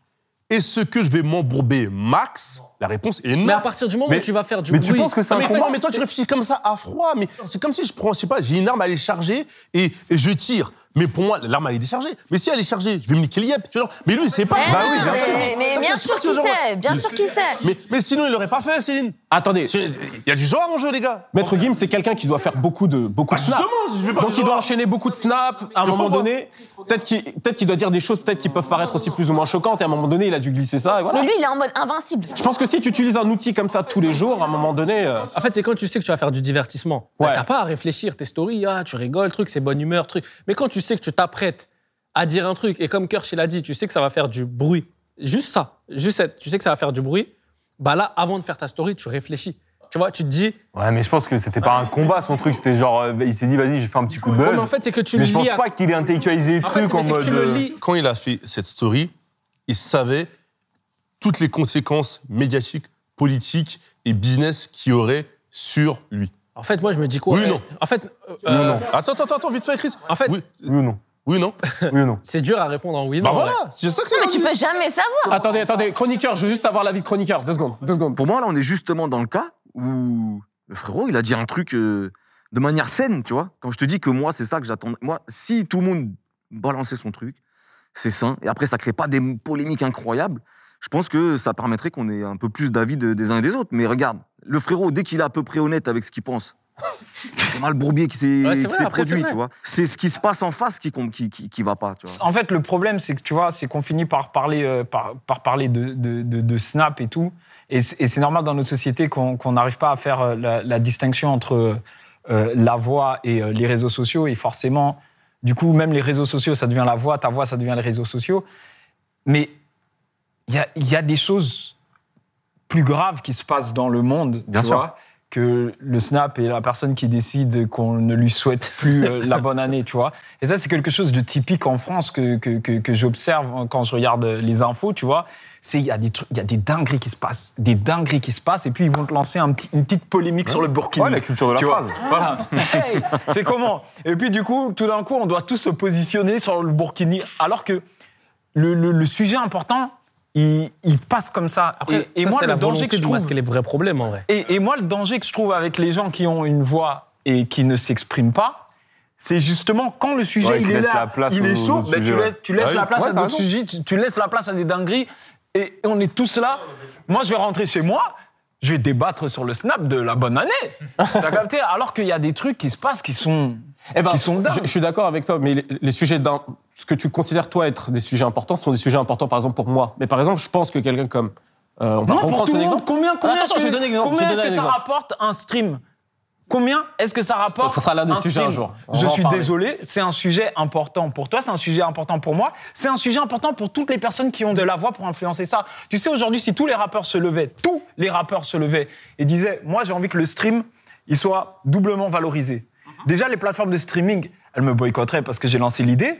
B: Est-ce que je vais m'embourber max La réponse est
E: Mais à
B: non.
E: partir du moment
I: Mais-
E: où tu vas faire du
I: Mais
E: bruit,
I: tu penses que c'est
B: Non,
I: un
B: mais,
I: combat
B: non, mais toi, tu réfléchis comme ça à froid. Mais c'est comme si je prends, je sais pas, j'ai une arme à les charger et, et je tire. Mais pour moi, l'arme, elle est déchargée. Mais si elle est chargée, je vais me niquer le yep. Tu vois, mais lui, il sait pas. Bah
D: Eh non,
B: bien sûr.
D: mais- Mais
B: Ça,
D: bien
B: je sais
D: sûr
B: pas
D: qu'il
B: ce genre-
D: sait. Bien sûr qu'il sait.
B: Mais, mais sinon, il l'aurait pas fait, Céline.
A: Attendez,
B: Il y a du genre à mon jeu, les gars.
A: Maître Gims, c'est quelqu'un qui doit faire beaucoup de, beaucoup
B: Bah,
A: de snaps.
B: justement, je vais pas
A: Donc
B: te
A: il doit
B: voir.
A: enchaîner beaucoup de snaps à un
B: Je
A: moment
B: comprends.
A: donné. Peut-être qu'il peut qu'il doit dire des choses peut-être qui peuvent paraître aussi plus ou moins choquantes et à un moment donné, il a dû glisser ça. Et voilà.
D: Mais lui, il est en mode invincible.
A: Je pense que si tu utilises un outil comme ça tous les jours, à un moment donné. euh,
E: En fait, c'est quand tu sais que tu vas faire du divertissement. Bah,
A: Ouais.
E: T'as pas à réfléchir, tes stories, ah, tu rigoles, truc, c'est bonne humeur, truc. Mais quand tu sais que tu t'apprêtes à dire un truc, et comme Kersh, il a dit, tu sais que ça va faire du bruit. Juste ça, juste ça, tu sais que ça va faire du bruit. Bah là, avant de faire ta story, tu réfléchis. Tu vois, tu te dis.
I: Ouais, mais je pense que c'était pas un combat son truc, c'était genre euh, il s'est dit vas-y, je fais un petit coup de
E: Ouais,
I: buzz.
E: mais en fait, c'est que tu le
I: mais je pense
E: lis. à-
I: pas qu'il ait intellectualisé le
E: En fait,
I: truc
E: mais
I: en
E: c'est que
I: mode.
E: tu le
I: euh,
E: lis.
B: quand il a fait cette story, il savait toutes les conséquences médiatiques, politiques et business qu'il y aurait sur lui.
E: En fait, moi, je me dis quoi
B: Oui,
E: euh,
B: non.
E: En fait, euh,
I: Non, non.
B: Attends, attends, attends, vite fait, Chris.
E: En fait-
B: oui,
I: Oui ou non
B: oui, non.
I: Oui ou non
E: c'est dur à répondre en oui.
B: bah
E: non, en vrai.
B: voilà, c'est ça que
D: Non, mais tu peux jamais savoir.
A: Attendez, attendez, chroniqueur, je veux juste avoir l'avis de chroniqueur. Deux secondes, deux secondes.
C: Pour moi, là, on est justement dans le cas où le frérot, il a dit un truc euh, de manière saine, tu vois. Quand je te dis que moi, c'est ça que j'attendais. Moi, si tout le monde balançait son truc, c'est sain, et après, ça crée pas des polémiques incroyables, je pense que ça permettrait qu'on ait un peu plus d'avis de- des uns et des autres. Mais regarde, le frérot, dès qu'il est à peu près honnête avec ce qu'il pense, c'est mal bourbier qui s'est
E: Ouais, c'est
C: qui
E: vrai,
C: s'est
E: après, c'est
C: produit,
E: vrai.
C: tu vois. C'est ce qui se passe en face qui, compte- qui, qui, qui va pas, tu vois.
F: En fait, le problème, c'est que tu vois, c'est qu'on finit par parler, euh, par, par parler de, de- de- de Snap et tout. Et c'est et c'est normal dans notre société qu'on qu'on n'arrive pas à faire euh, la, la distinction entre euh, la voix et euh, les réseaux sociaux. Et forcément, du coup, même les réseaux sociaux, ça devient la voix, ta voix, ça devient les réseaux sociaux. Mais il y a, il y a des choses plus graves qui se passent dans le monde,
C: Bien
F: tu
C: sûr.
F: vois, que le Snap et la personne qui décide qu'on ne lui souhaite plus euh, la bonne année, tu vois. Et ça, c'est quelque chose de typique en France que, que, que, que j'observe quand je regarde les infos, tu vois. C'est il y a des trucs, il y a des dingueries qui se passent, des dingueries qui se passent, et puis ils vont te lancer un petit- une petite polémique sur le Burkina.
I: Ouais, la culture de la
F: Tu vois,
I: phrase.
F: Voilà. Hey, c'est comment Et puis du coup, tout d'un coup, on doit tous se positionner sur le Burkini, alors que le, le- le sujet important, il, il passe comme ça.
E: Après,
F: et et
E: ça,
F: moi,
E: c'est
F: le
E: la
F: danger
E: volonté
F: que je
E: de
F: trouve,
E: masquer les vrais problèmes, en vrai.
F: et, et moi, le danger que je trouve avec les gens qui ont une voix et qui ne s'expriment pas, c'est justement quand le sujet
I: Ouais,
F: il
I: qui
F: est
I: laisse
F: là,
I: la place
F: il
I: aux-
F: est chaud,
I: aux
F: ben, tu
I: sujets,
F: laisses, tu laisses
B: Ah oui.
F: la place
I: Ouais,
F: à
I: t'as
F: d'autres
I: raison.
F: sujets, tu, tu laisses la place à des dingueries, et on est tous là. Moi, je vais rentrer chez moi. Je vais débattre sur le snap de la bonne année. T'as capté Alors qu'il y a des trucs qui se passent qui sont.
A: Eh ben,
F: Qui sont dingues.
A: je, je suis d'accord avec toi, mais les, les sujets d'un, ce que tu considères toi être des sujets importants sont des sujets importants, par exemple pour moi. Mais par exemple, je pense que quelqu'un comme, euh, on va
F: Non,
A: reprendre
F: pour tout
A: son
F: le monde,
A: exemple.
F: combien, combien
A: Attends,
F: est-ce
A: je vais donner un
F: que,
A: exemple, je vais
F: combien est-ce
A: donner un
F: que ça
A: exemple.
F: rapporte un stream Combien est-ce que ça rapporte
A: ça sera l'un des sujets
F: stream
A: un jour. On
F: Je
A: va en
F: suis
A: parler.
F: désolé, c'est un sujet important pour toi, c'est un sujet important pour moi, c'est un sujet important pour toutes les personnes qui ont de la voix pour influencer ça. Tu sais, aujourd'hui, si tous les rappeurs se levaient, tous les rappeurs se levaient et disaient Moi, j'ai envie que le stream, il soit doublement valorisé. Déjà, les plateformes de streaming, elles me boycotteraient parce que j'ai lancé l'idée,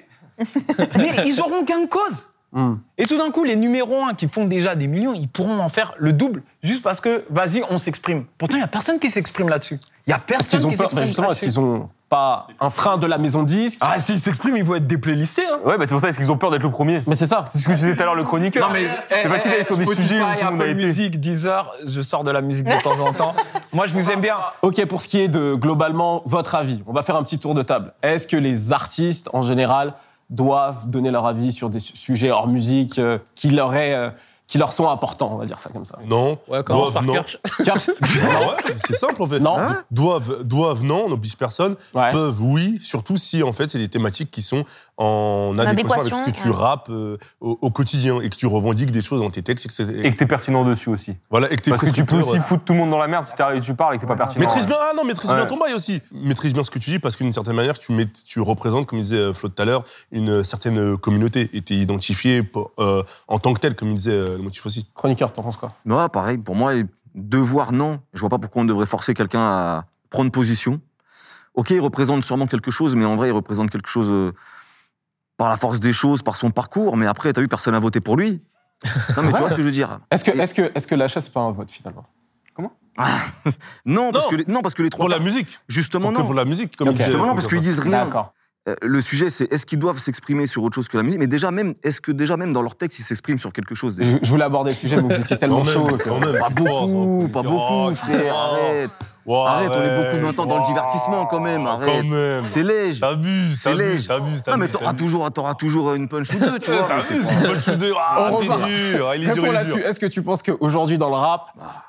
F: mais ils auront gain de cause.
A: Hmm.
F: Et tout d'un coup, les numéros 1 qui font déjà des millions, ils pourront en faire le double juste parce que, vas-y, on s'exprime. Pourtant, il n'y a personne qui s'exprime là-dessus. Il n'y a
A: Est-ce qu'ils
F: personne
A: ont
F: qui
A: peur, ben,
F: s'exprime
A: justement, est-ce
F: là-dessus.
A: qu'ils ont pas un frein de la maison disque
F: Ah, s'ils s'expriment, ils vont être déplaylistés. Hein.
I: Ouais, bah c'est pour ça, est-ce qu'ils ont peur d'être le premier
A: Mais c'est ça.
I: C'est ce que tu disais tout à l'heure, le chroniqueur. c'est facile d'aller sur des
F: Spotify,
I: sujets où tout le monde a
F: Apple
I: été.
F: Music, Deezer, je sors de la musique de temps en temps. Moi, je vous aime bien.
A: Ok, pour ce qui est de globalement votre avis, on va faire un petit tour de table. Est-ce que les artistes en général doivent donner leur avis sur des su- sujets hors musique euh, qui leur est euh, qui leur sont importants, on va dire ça comme ça.
B: Non.
G: Ouais, commence
B: doivent,
G: par
B: non.
G: Kirsch.
A: Kirsch
B: Bah ouais, c'est simple en fait.
A: Non.
B: Do- Doivent, doivent, non, on n'oblige personne.
A: Ouais.
B: Peuvent, oui, surtout si en fait c'est des thématiques qui sont en adéquation,
D: adéquation,
B: avec ce que tu
D: ouais.
B: rappes euh, au, au quotidien et que tu revendiques des choses dans tes textes. Et que c'est-
F: Et que t'es pertinent dessus aussi.
B: voilà, et que t'es euh,
F: Parce que tu peux
B: prescripteur,
F: aussi
B: ouais.
F: foutre tout le monde dans la merde si t'arrives- tu parles et que t'es pas pertinent.
B: Maîtrise bien, ah non, maîtrise bien
F: Ouais.
B: ton bail aussi. Maîtrise bien ce que tu dis parce qu'une certaine manière, tu, mets- tu représentes, comme disait euh, Flo tout à l'heure, une euh, certaine communauté et t'es identifié pour- euh, en tant que tel, comme il disait euh, le motif aussi.
A: Chroniqueur, t'en penses quoi
C: Mais ouais, pareil, pour moi, devoir non, je vois pas pourquoi on devrait forcer quelqu'un à prendre position. Ok, il représente sûrement quelque chose, mais en vrai, il représente quelque chose euh, par la force des choses, par son parcours, mais après, t'as vu, personne n'a voté pour lui. Non, mais tu vois ce que je veux dire
A: Est-ce que, est-ce que, est-ce que l'achat, c'est pas un vote finalement
C: non, parce
B: Non.
C: que, les- non, parce que les trois...
B: Pour la musique,
C: Justement,
B: pour, que
C: non.
B: pour la musique, comme
A: Ok.
B: il disait.
C: Justement, non, parce
B: Franck
C: qu'ils disent rien.
A: D'accord.
C: Euh, le sujet, c'est est-ce qu'ils doivent s'exprimer sur autre chose que la musique Mais déjà, même, est-ce que déjà, même dans leur texte, ils s'expriment sur quelque chose déjà
A: Je, je voulais aborder le sujet, mais vous étiez tellement
B: Quand même,
A: chaud. que-
B: quand même.
C: Pas
B: Fort,
C: beaucoup,
B: ça.
C: pas
B: Oh,
C: beaucoup, frère,
B: oh.
C: arrête.
B: Ouah,
C: Arrête, on est
B: ouais,
C: beaucoup maintenant dans le
B: ouah,
C: divertissement, quand même,
B: Quand
C: arrête.
B: même.
C: C'est léger.
B: Bah T'abuses,
C: C'est
B: t'abuses,
C: léger.
B: t'abuses,
C: Non, mais
B: t'abuses.
C: t'auras toujours, t'auras toujours euh, une punch ou deux, tu vois. mais c'est
B: T'abuses,
C: pas-
B: une bonne chute de- Ah,
A: On
B: t'es
A: repart.
B: dur, il est dur,
A: Réponds
B: il est dur.
A: là-dessus. Est-ce que tu penses qu'aujourd'hui, dans le rap,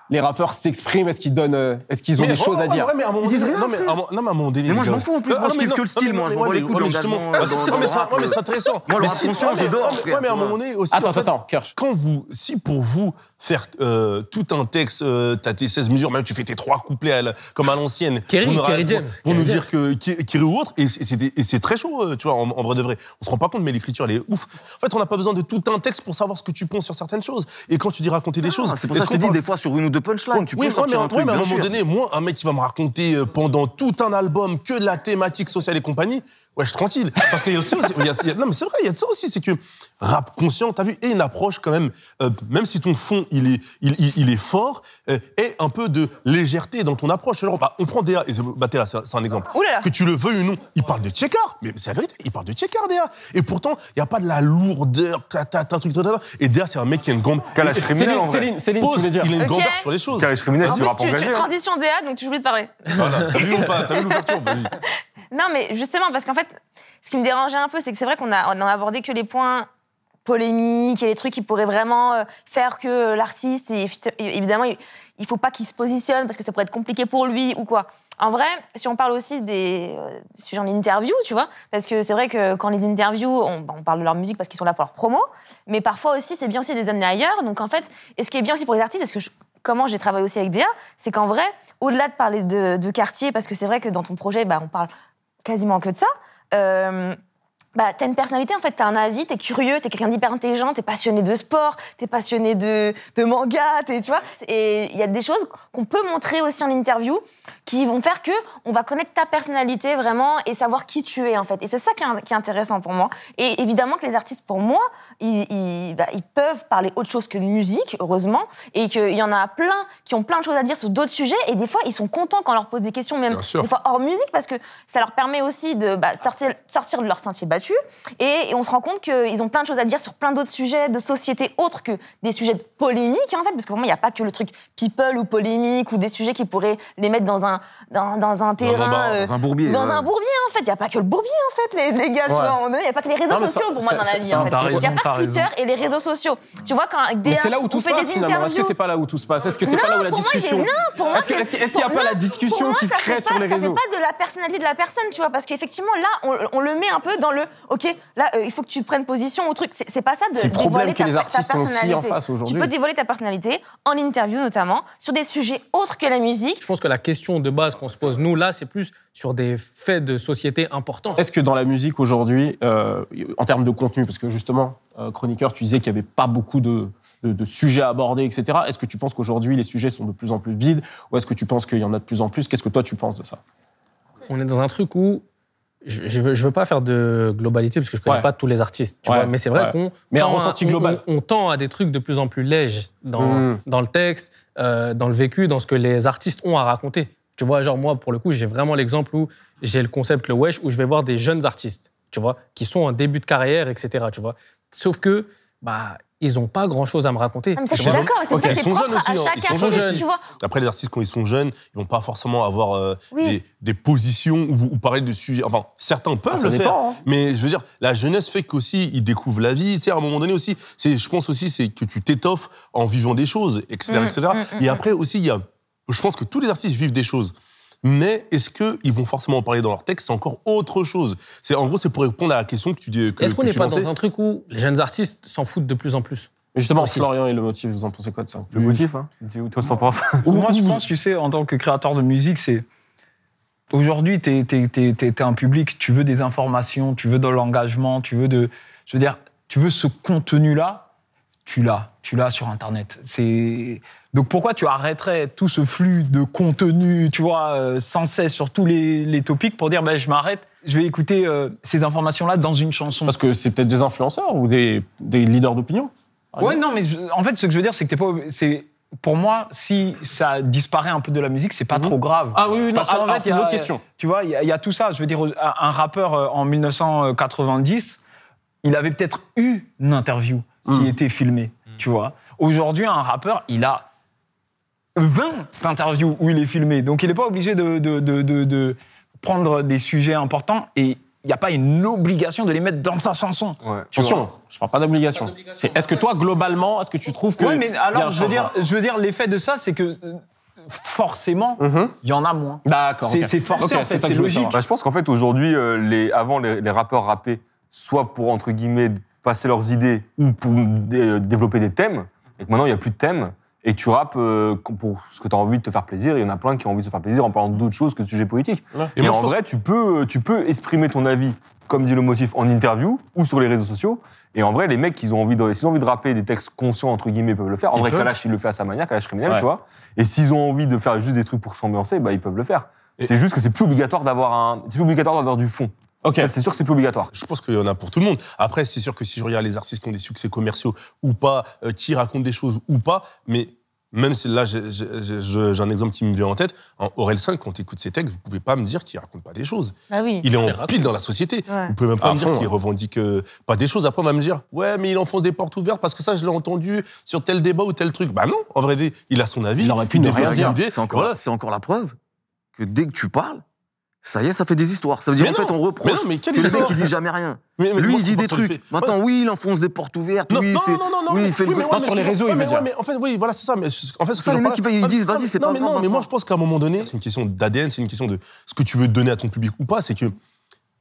A: les rappeurs s'expriment Est-ce qu'ils donnent, euh, est-ce qu'ils ont
B: Ah. Mais
A: des choses
B: ouais,
A: à dire
B: ouais, mais à un moment
A: Ils disent
B: donné-
A: rien,
B: Non, mais à un moment- non, mais à un moment donné,
C: Mais moi,
B: les
C: je m'en
B: gars.
C: fous, en plus,
B: Ah,
C: moi,
B: non,
C: je
B: mais
C: kiffe
B: non,
C: que le
B: non,
C: style,
B: mais
C: moi,
B: non,
C: je
B: mais
C: m'en bats
B: ouais,
C: les couilles
B: mais-
C: de l'engagement,
B: justement, ah, c'est-
C: dans-
B: non, mais
C: dans
B: ça-
C: le
B: ouais, mais
C: rap.
B: c'est intéressant.
C: Moi, le
B: Mais
C: rap
B: si-
C: conscient,
B: ouais, mais-
C: je dors,
B: ouais,
C: frère,
B: mais à un
C: tu vois.
B: moment donné, aussi,
A: Attends,
B: en fait,
A: attends, attends, Kirsch.
B: quand vous, si pour vous, faire euh, tout un texte, euh, t'as tes 16 mesures, même tu fais tes trois couplets à la- comme à l'ancienne,
G: Kerry,
B: pour nous ra-
G: Kerry
B: pour-
G: James,
B: pour nous
G: Kerry
B: dire que Ki- Kerry ou autre, et c'est- et c'était- et c'est très chaud, euh, tu vois, en, en vrai de vrai. On se rend pas compte, mais l'écriture, elle est ouf. En fait, on n'a pas besoin de tout un texte pour savoir ce que tu penses sur certaines choses. Et quand tu dis raconter des choses,
C: Ah, C'est pour
B: est-ce
C: ça que je
B: qu'on
C: te
B: parle-
C: dis, des fois, sur une ou deux punchlines,
B: oui,
C: tu peux
B: mais- ouais, mais,
C: sortir un
B: ouais,
C: truc,
B: mais à un
C: bien
B: moment
C: sûr.
B: donné, moi, un mec qui va me raconter euh, pendant tout un album que de la thématique sociale et compagnie, ouais, je suis tranquille. Parce qu'il y a aussi, aussi- il y a- il y a- non, mais c'est vrai, il y a de ça aussi, c'est que rap conscient, t'as vu, et une approche quand même, euh, même si ton fond il est, il, il- il est fort, euh, et un peu de légèreté dans ton approche. Alors, bah, on prend DA, et c'est- bah, Théa, c'est c'est un exemple.
D: Ouh là là.
B: Que tu le veuilles ou non, il parle de Tchekar, mais c'est la vérité, il parle de Tchekar, DA. Et pourtant, il n'y a pas de la lourdeur, ta, ta, ta, truc, ta, ta, ta. et DA, c'est un mec qui a une grande.
F: Calage criminel en
A: Céline,
F: vrai.
A: Céline, Céline, tu
B: Pose,
A: veux dire
B: il a une
D: Ok.
B: grandeur sur les choses.
F: Calage criminel,
D: En
F: c'est
D: plus,
F: rap
D: tu, tu
F: engagé. hein.
D: transition DA, donc je voulais te parler.
B: Voilà, t'as vu ou pas T'as vu l'ouverture Bah Vas-y.
D: Non, mais justement, parce qu'en fait, ce qui me dérangeait un peu, c'est que c'est vrai qu'on a, on a abordé que les points polémiques et les trucs qui pourraient vraiment euh, faire que euh, l'artiste, et fit- et évidemment, il il faut pas qu'il se positionne parce que ça pourrait être compliqué pour lui ou quoi. En vrai, si on parle aussi des euh, des sujets en interview, tu vois, parce que c'est vrai que quand les interviews, on, bah, on parle de leur musique parce qu'ils sont là pour leur promo, mais parfois aussi, c'est bien aussi de les amener ailleurs. Donc en fait, et ce qui est bien aussi pour les artistes, est-ce que je- comment j'ai travaillé aussi avec DA, c'est qu'en vrai, au-delà de parler de, de quartier, parce que c'est vrai que dans ton projet, bah, on parle quasiment que de ça. Euh, bah, t'as une personnalité, en fait, t'as un avis, t'es curieux, t'es quelqu'un d'hyper intelligent, t'es passionné de sport, t'es passionné de, de manga, t'es- tu vois. Et il y a des choses qu'on peut montrer aussi en interview qui vont faire que on va connaître ta personnalité vraiment et savoir qui tu es, en fait. Et c'est ça qui est, qui est intéressant pour moi. Et évidemment que les artistes, pour moi, ils, ils- bah, ils peuvent parler autre chose que de musique, heureusement, et qu'il y en a plein qui ont plein de choses à dire sur d'autres sujets, et des fois, ils sont contents quand on leur pose des questions, même
B: Bien sûr.
D: des fois hors musique, parce que ça leur permet aussi de bah, sortir, sortir de leur sentier battu. Et, et on se rend compte qu'ils ont plein de choses à dire sur plein d'autres sujets de société autres que des sujets de polémique, en fait, parce que pour moi, il n'y a pas que le truc people ou polémique ou des sujets qui pourraient les mettre dans un, dans, dans un terrain.
B: embarras,
D: euh,
C: Dans un bourbier.
D: dans
C: ouais.
D: un bourbier, en fait. Il n'y a pas que le bourbier, en fait, les, les gars. Tu
A: Ouais.
D: vois, à un moment donné, il n'y a pas que les réseaux
A: Non, mais
D: sociaux
A: ça-
D: pour moi
A: ça-
D: dans la
A: ça-
D: vie,
A: ça-
D: en fait.
E: t'as
D: Il n'y a
E: raison,
D: pas
E: t'as
D: que Twitter
E: raison.
D: et les réseaux sociaux. Tu vois, quand avec
A: Mais
D: des
A: c'est là où tout
D: on
A: se
D: fait
A: passe
D: des
A: finalement. Est-ce que
D: interviews.
A: c'est pas là où tout se passe Est-ce que c'est
D: Non,
A: pas là où la
D: pour moi, il est-
A: discussion
D: non, pour moi,
A: Est-ce que-
D: c'est-
A: est-ce que- est-ce qu'il n'y a
D: pour
A: pas
D: moi,
A: la discussion
D: pour moi,
A: qui se
D: ça
A: crée
D: fait
A: sur
D: pas-
A: les réseaux
D: Ça fait pas de la personnalité de la personne, tu vois, parce qu'effectivement, là, on, on le met un peu dans le OK, là, euh, il faut que tu prennes position au truc. C'est c'est pas ça de
A: C'est le problème
D: dévoiler
A: que
D: ta-
A: les
D: ta
A: artistes ont aussi en
D: personnalité.
A: face aujourd'hui.
D: Tu peux dévoiler ta personnalité, en interview notamment, sur des sujets autres que la musique.
G: Je pense que la question de base qu'on se pose, nous, là, c'est plus sur des faits de société importants.
A: Est-ce que dans la musique aujourd'hui, euh, en termes de contenu, parce que justement, euh, chroniqueur, tu disais qu'il n'y avait pas beaucoup de, de- de sujets à aborder, etc. Est-ce que tu penses qu'aujourd'hui les sujets sont de plus en plus vides, ou est-ce que tu penses qu'il y en a de plus en plus Qu'est-ce que toi tu penses de ça
G: on est dans un truc où je, je veux, je veux pas faire de globalité parce que je connais
A: Ouais.
G: pas tous les artistes, tu
A: Ouais,
G: vois, mais c'est vrai
A: ouais.
G: qu'on
A: Mais un
G: tend à-
A: ressenti
G: on-
A: global.
G: On, on tend à des trucs de plus en plus légers dans,
A: Mm.
G: dans le texte, euh, dans le vécu, dans ce que les artistes ont à raconter. Tu vois, genre moi, pour le coup, j'ai vraiment l'exemple où j'ai le concept, le wesh, où je vais voir des jeunes artistes, tu vois, qui sont en début de carrière, etc., tu vois. Sauf que bah, ils n'ont pas grand-chose à me raconter.
D: Ah, mais ça, je suis
B: Ils sont
D: d'accord, mais c'est pour
B: jeunes.
D: ça
B: Ils
D: que c'est
B: sont
D: propre
B: jeunes aussi,
D: à
B: hein. Ils
D: chacun.
B: sont
D: c'est-
G: jeunes.
D: Tu vois,
B: Après, les artistes, quand ils sont jeunes, ils vont pas forcément avoir euh,
D: Oui.
B: des, des positions ou ou parler de sujets. Enfin, certains peuvent
A: ça
B: le faire.
A: dépend, hein.
B: Mais je veux dire, la jeunesse fait qu'aussi, ils découvrent la vie. Tu sais, à un moment donné aussi, c'est, je pense aussi, c'est que tu t'étoffes en vivant des choses, etc.
D: Mm,
B: etc.
D: mm, mm,
B: Et
D: mm.
B: après aussi, il y a, je pense que tous les artistes vivent des choses. Mais est-ce qu'ils vont forcément en parler dans leur texte C'est encore autre chose. C'est, en gros, c'est pour répondre à la question que tu dis. Que,
G: Est-ce qu'on
B: que
G: n'est
B: tu
G: pas
B: lançais.
G: dans un truc où les jeunes artistes s'en foutent de plus en plus
A: Mais Justement,
G: Aussi.
A: Florian et le motif, vous en pensez quoi de ça
F: Le motif, hein Toi, t'en penses
E: Moi, je pense, tu sais, en tant que créateur de musique, c'est. Aujourd'hui, t'es es, un public, tu veux des informations, tu veux de l'engagement, tu veux de. Je veux dire, tu veux ce contenu-là, tu l'as, tu l'as sur Internet. C'est. Donc pourquoi tu arrêterais tout ce flux de contenu, tu vois, euh, sans cesse sur tous les, les topics pour dire, ben, je m'arrête, je vais écouter euh, ces informations-là dans une chanson
A: Parce que c'est peut-être des influenceurs ou des, des leaders d'opinion. par
E: Ouais,
A: exemple.
E: non, mais je- en fait, ce que je veux dire, c'est que t'es pas. C'est pour moi, si ça disparaît un peu de la musique, c'est pas trop grave.
A: Ah oui, oui, non,
E: Parce
A: alors-
E: qu'en fait,
A: alors, c'est
E: il y
A: une
E: a-
A: autre question.
E: Tu vois, il y, a- il y a tout ça. Je veux dire, un un rappeur euh, en 1990, il avait peut-être eu une interview qui
A: Mhm.
E: était filmée. Tu vois. Aujourd'hui, un rappeur, il a 20 interviews où il est filmé. Donc, il n'est pas obligé de, de- de- de- de prendre des sujets importants et il n'y a pas une obligation de les mettre dans sa chanson. tu vois.
A: Attention, je parle pas d'obligation. C'est est-ce que toi, globalement, est-ce que tu trouves que.
E: Oui, mais
A: il y a un
E: alors, je veux, dire,
A: changement
E: je veux dire, l'effet de ça, c'est que euh, forcément, il
A: Mhm.
E: y en a moins.
A: D'accord.
E: C'est
A: ok.
E: c'est forcé,
A: Ok,
E: en
A: ça
E: fait, c'est
A: que je voulais
E: logique.
A: savoir.
F: Bah, je pense qu'en fait, aujourd'hui, euh, les, avant, les, les rappeurs rappaient soit pour, entre guillemets, passer leurs idées ou pour dé- euh, développer des thèmes. Et que maintenant, il n'y a plus de thèmes. Et tu rappes euh, pour ce que tu as envie de te faire plaisir. Il y en a plein qui ont envie de se faire plaisir en parlant d'autres choses que de sujets politiques.
B: Et
F: Et,
B: moi, je
F: en
B: pense-
F: vrai, tu peux, euh, tu peux exprimer ton avis, comme dit le motif, en interview ou sur les réseaux sociaux. Et en vrai, les mecs, ils ont envie de, s'ils ont envie de rapper des textes conscients, entre guillemets, ils peuvent le faire. En
E: Ils
F: vrai,
E: peuvent.
F: Kalash, il le fait à sa manière, Kalash criminel,
E: Ouais.
F: tu vois. Et s'ils ont envie de faire juste des trucs pour s'ambiancer, bah, ils peuvent le faire.
B: Et-
F: C'est juste que c'est plus obligatoire d'avoir un, c'est plus obligatoire d'avoir du fond.
A: Ok.
F: Ça, C'est sûr que c'est plus obligatoire.
B: Je pense qu'il y en a pour tout le monde. Après, c'est sûr que si je regarde les artistes qui ont des succès commerciaux ou pas, euh, qui racontent des choses ou pas, mais même si là, j'ai- j'ai j'ai- j'ai- j'ai un exemple qui me vient en tête. En Aurel 5, quand tu écoutes ses textes, vous pouvez pas me dire qu'il raconte pas des choses.
D: Bah oui.
B: Il est en
G: raconte.
B: pile dans la société.
D: Ouais.
B: Vous pouvez même pas
A: À
B: me
A: fond,
B: dire qu'il
C: hein.
A: ouais.
B: revendique euh, pas des choses. Après, on va me dire, ouais, mais il enfonce des portes ouvertes parce que ça, je l'ai entendu sur tel débat ou tel truc. Bah non, en vrai, il a son avis.
A: Il aurait pu ne
B: développe
A: rien
B: une
A: dire.
B: idée.
C: C'est encore,
B: Voilà.
C: c'est encore la preuve que dès que tu parles, ça y est, ça fait des histoires. Ça veut dire
B: Mais
C: en fait,
B: non,
C: on reproche
B: mais non, mais quelle
C: que le mec
B: histoire
C: il dit jamais rien.
B: Mais- mais
C: Lui
B: moi,
C: il
B: je
C: dit des
B: comprends ce qu'il
C: trucs.
B: fait. Ouais.
C: Maintenant, oui, il enfonce des portes ouvertes.
B: Non,
C: oui,
B: non,
C: c'est-
B: non, non, non,
C: oui,
B: mais-
C: il fait le
B: oui, mais
C: gosse.
B: ouais,
A: Pas
B: mais
A: sur les
B: je-
A: réseaux,
B: ouais,
A: il veut
B: mais
A: dire.
B: ouais, mais en fait, oui, voilà, c'est ça. Mais je- en fait, ce
C: Ça,
B: que
C: les
B: j'en
C: mecs,
B: parlais-
C: ils
B: Ah,
C: disent,
B: non,
C: vas-y, c'est
B: non,
C: pas
B: mais
C: grave,
B: Non, mais moi,
C: maintenant.
B: je pense qu'à un moment donné, c'est une question d'ADN, c'est une question de ce que tu veux donner à ton public ou pas. C'est que,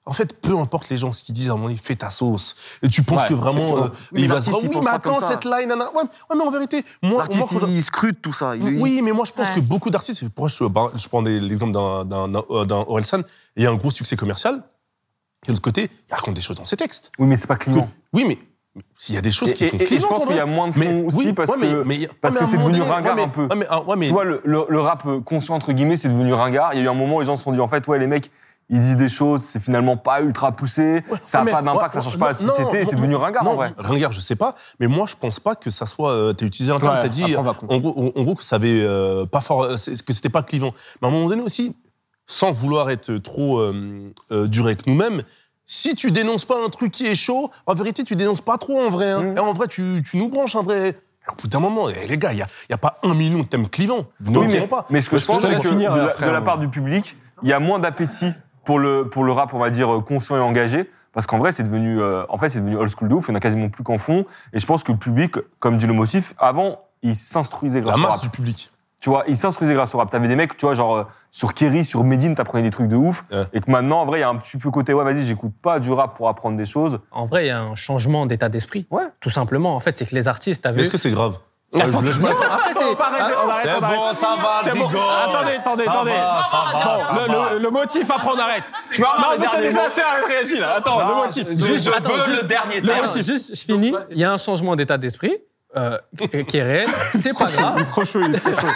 B: en fait, peu importe les gens ce qu'ils disent, à un moment donné, fais ta sauce. Et tu
A: Ouais,
B: penses que
A: c'est
B: vraiment,
A: ça.
B: euh,
C: Oui,
B: il
C: mais
B: va se dire,
C: l'artiste, il
B: oui,
C: pense
B: mais
C: pas comme
B: attends,
C: ça.
B: cette line, nana. ouais, mais- ouais, mais en vérité, moi,
C: L'artiste,
B: moi, quand-
C: il, il scrute tout ça. Il-
B: oui, mais moi je pense
D: Ouais.
B: que beaucoup d'artistes, c'est pourquoi je, ben, je prends des- l'exemple d'un- d'un d'un- euh, d'un Orelsan, il y a un gros succès commercial, et de l'autre côté, il raconte des choses dans ses textes.
F: Oui, mais c'est pas clivant.
B: Oui, mais s'il y a des choses
F: Et,
B: qui sont
F: et- et je
B: clivantes,
F: pense
B: en vrai.
F: qu'il y a moins de fond
B: Mais
F: aussi
B: oui,
F: parce
B: ouais, mais-
F: que,
B: mais-
F: parce
B: ouais, mais à
F: que
B: un
F: c'est
B: moment
F: devenu
B: donné, ouais,
F: ringard
B: mais-
F: un peu.
B: ouais, mais- ah, ouais, mais-
F: Tu vois, le, le- le rap conscient, entre guillemets, c'est devenu ringard. Il y a eu un moment où les gens se sont dit, en fait, ouais, les mecs, ils disent des choses, c'est finalement pas ultra poussé, ça n'a
B: mais-
F: pas d'impact,
B: ouais,
F: ça change
B: ouais,
F: pas la
B: non,
F: société, et
B: non,
F: c'est devenu
B: non,
F: ringard
B: non,
F: en vrai.
B: Ringard, je sais pas, mais moi je pense pas que ça soit. euh, T'as utilisé un terme,
A: Ouais,
B: t'as dit
A: après, on
B: en
A: va con-
B: gros, en gros que ça avait euh, pas fort, euh, c'est- que c'était pas clivant. Mais à un moment donné aussi, sans vouloir être trop euh, euh, dur avec nous-mêmes. Si tu dénonces pas un truc qui est chaud, en vérité, tu dénonces pas trop en vrai. hein.
F: Mhm.
B: Et en vrai, tu, tu nous branches en vrai. Au bout d'un moment, eh, les gars, il n'y a, il y a pas un million de thèmes clivants. Vous n'en
F: Oui,
B: direz
F: mais,
B: pas.
F: mais ce que je pense,
A: que je
F: c'est
A: vais
F: que
A: finir
F: de, la,
A: après,
F: de la
A: hein.
F: part du public, il y a moins d'appétit pour le, pour le rap, on va dire, euh, conscient et engagé. Parce qu'en vrai, c'est devenu, euh, en fait, c'est devenu old school de ouf. Il n'y en a quasiment plus qu'en fond. Et je pense que le public, comme dit le motif, avant, il s'instruisait
B: La
F: grâce au
B: masse
F: rap.
B: du public.
F: Tu vois, ils s'instruisaient grâce au rap. T'avais des mecs, tu vois, genre euh, sur Kerry, sur Medine, t'apprenais des trucs de ouf.
B: Ouais.
F: Et que maintenant, en vrai, il y a un petit peu côté, ouais, vas-y, j'écoute pas du rap pour apprendre des choses.
G: En vrai, il y a un changement d'état d'esprit.
F: Ouais.
G: Tout simplement, en fait, c'est que les artistes
B: Mais
G: avaient.
B: est-ce que c'est grave
A: Attends,
B: Je- je-
G: Non, après, c'est-
A: on arrête,
B: C'est
A: on arrête.
B: bon, ça
E: Ah,
B: va,
A: C'est bon.
B: rigole.
A: Attendez, attendez, attendez.
B: Oh.
A: Bon, le- le- le motif, après on arrête. Tu vois, non, mais t'as déjà assez réagi là. Attends, le motif.
G: Juste, attends, juste-
E: dernier
G: Attends,
A: motif.
G: juste, je finis. Il y a un changement d'état d'esprit euh, qui est réel. C'est pas grave.
A: Trop chaud, il est trop chaud.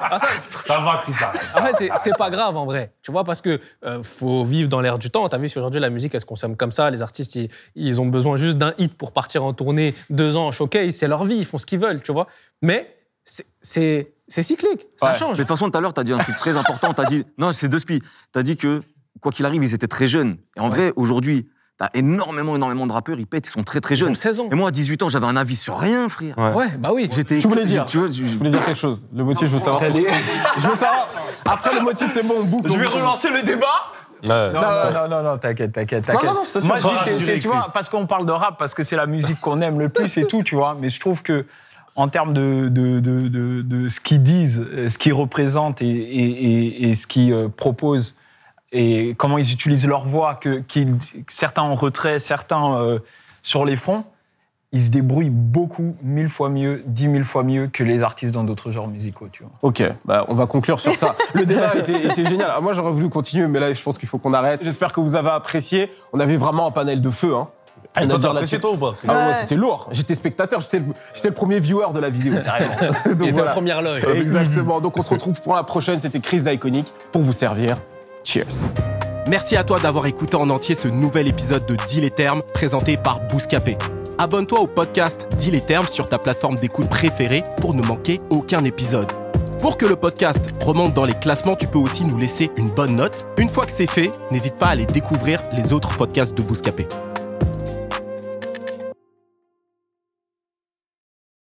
G: Ah, ça,
B: Ça va, Christian.
G: En fait, c'est- c'est pas grave en vrai. Tu vois, parce que euh, faut vivre dans l'air du temps. T'as vu, aujourd'hui, la musique, elle se consomme comme ça. Les artistes, ils, ils ont besoin juste d'un hit pour partir en tournée, deux ans en showcase. C'est leur vie, ils font ce qu'ils veulent, tu vois. Mais c'est- c'est c'est cyclique, ça
A: Ouais.
C: Mais
G: change.
C: de toute façon, tout à l'heure, t'as dit un truc très important. T'as dit, non, c'est deux spies. T'as dit que, quoi qu'il arrive, ils étaient très jeunes. Et en vrai, aujourd'hui, T'as énormément, énormément de rappeurs, ils pètent, ils sont très, très
G: Ils ont
C: jeunes.
G: 16 ans.
C: Et moi, à 18 ans, j'avais un avis sur rien, frère.
F: Ouais.
G: Ouais, bah oui.
C: J'étais.
A: Tu voulais dire.
C: tu vois, je-
A: Je voulais dire quelque chose. Le motif, je veux savoir. Je veux savoir. Après, le motif, c'est bon, on boucle.
E: Je
A: on
E: vais
A: boucle.
E: relancer le débat.
B: Ouais.
E: Non, non, non, non, non, t'inquiète, t'inquiète, t'inquiète.
A: Euh, non, non, c'est sûr,
E: Moi,
A: ça
E: je dis,
B: va,
E: c'est-
B: durer,
E: c'est- tu vois,
B: Chris.
E: parce qu'on parle de rap, parce que c'est la musique qu'on aime le plus et tout, tu vois. Mais je trouve que, en termes de, de, de, de, de ce qu'ils disent, euh, ce qu'ils représentent et, et, et, et ce qu'ils euh, proposent, et comment ils utilisent leur voix, que, qu'ils- certains en retrait, certains euh, sur les fronts, ils se débrouillent beaucoup, mille fois mieux, dix mille fois mieux que les artistes dans d'autres genres musicaux, tu vois.
A: Ok, bah, on va conclure sur ça. Le débat était, était génial. Alors, moi, j'aurais voulu continuer, mais là, je pense qu'il faut qu'on arrête. J'espère que vous avez apprécié. On avait vraiment un panel de feu. Hein.
B: Et
A: Rien à
B: toi, t'as
A: dire
B: apprécié
A: là-dessus.
B: toi ou pas Chris
A: Ah ouais,
D: Ouais.
A: c'était lourd. J'étais spectateur, j'étais le, j'étais le premier viewer de la vidéo. carrément.
G: Il
A: Donc,
G: était en
A: voilà.
G: première loge.
A: Exactement. Donc, on se retrouve pour la prochaine. C'était Crise d'Iconique pour vous servir. Cheers.
J: Merci à toi d'avoir écouté en entier ce nouvel épisode de Dis les termes présenté par Bouscapé. Abonne-toi au podcast Dis les termes sur ta plateforme d'écoute préférée pour ne manquer aucun épisode. Pour que le podcast remonte dans les classements, tu peux aussi nous laisser une bonne note. Une fois que c'est fait, n'hésite pas à aller découvrir les autres podcasts de Bouscapé.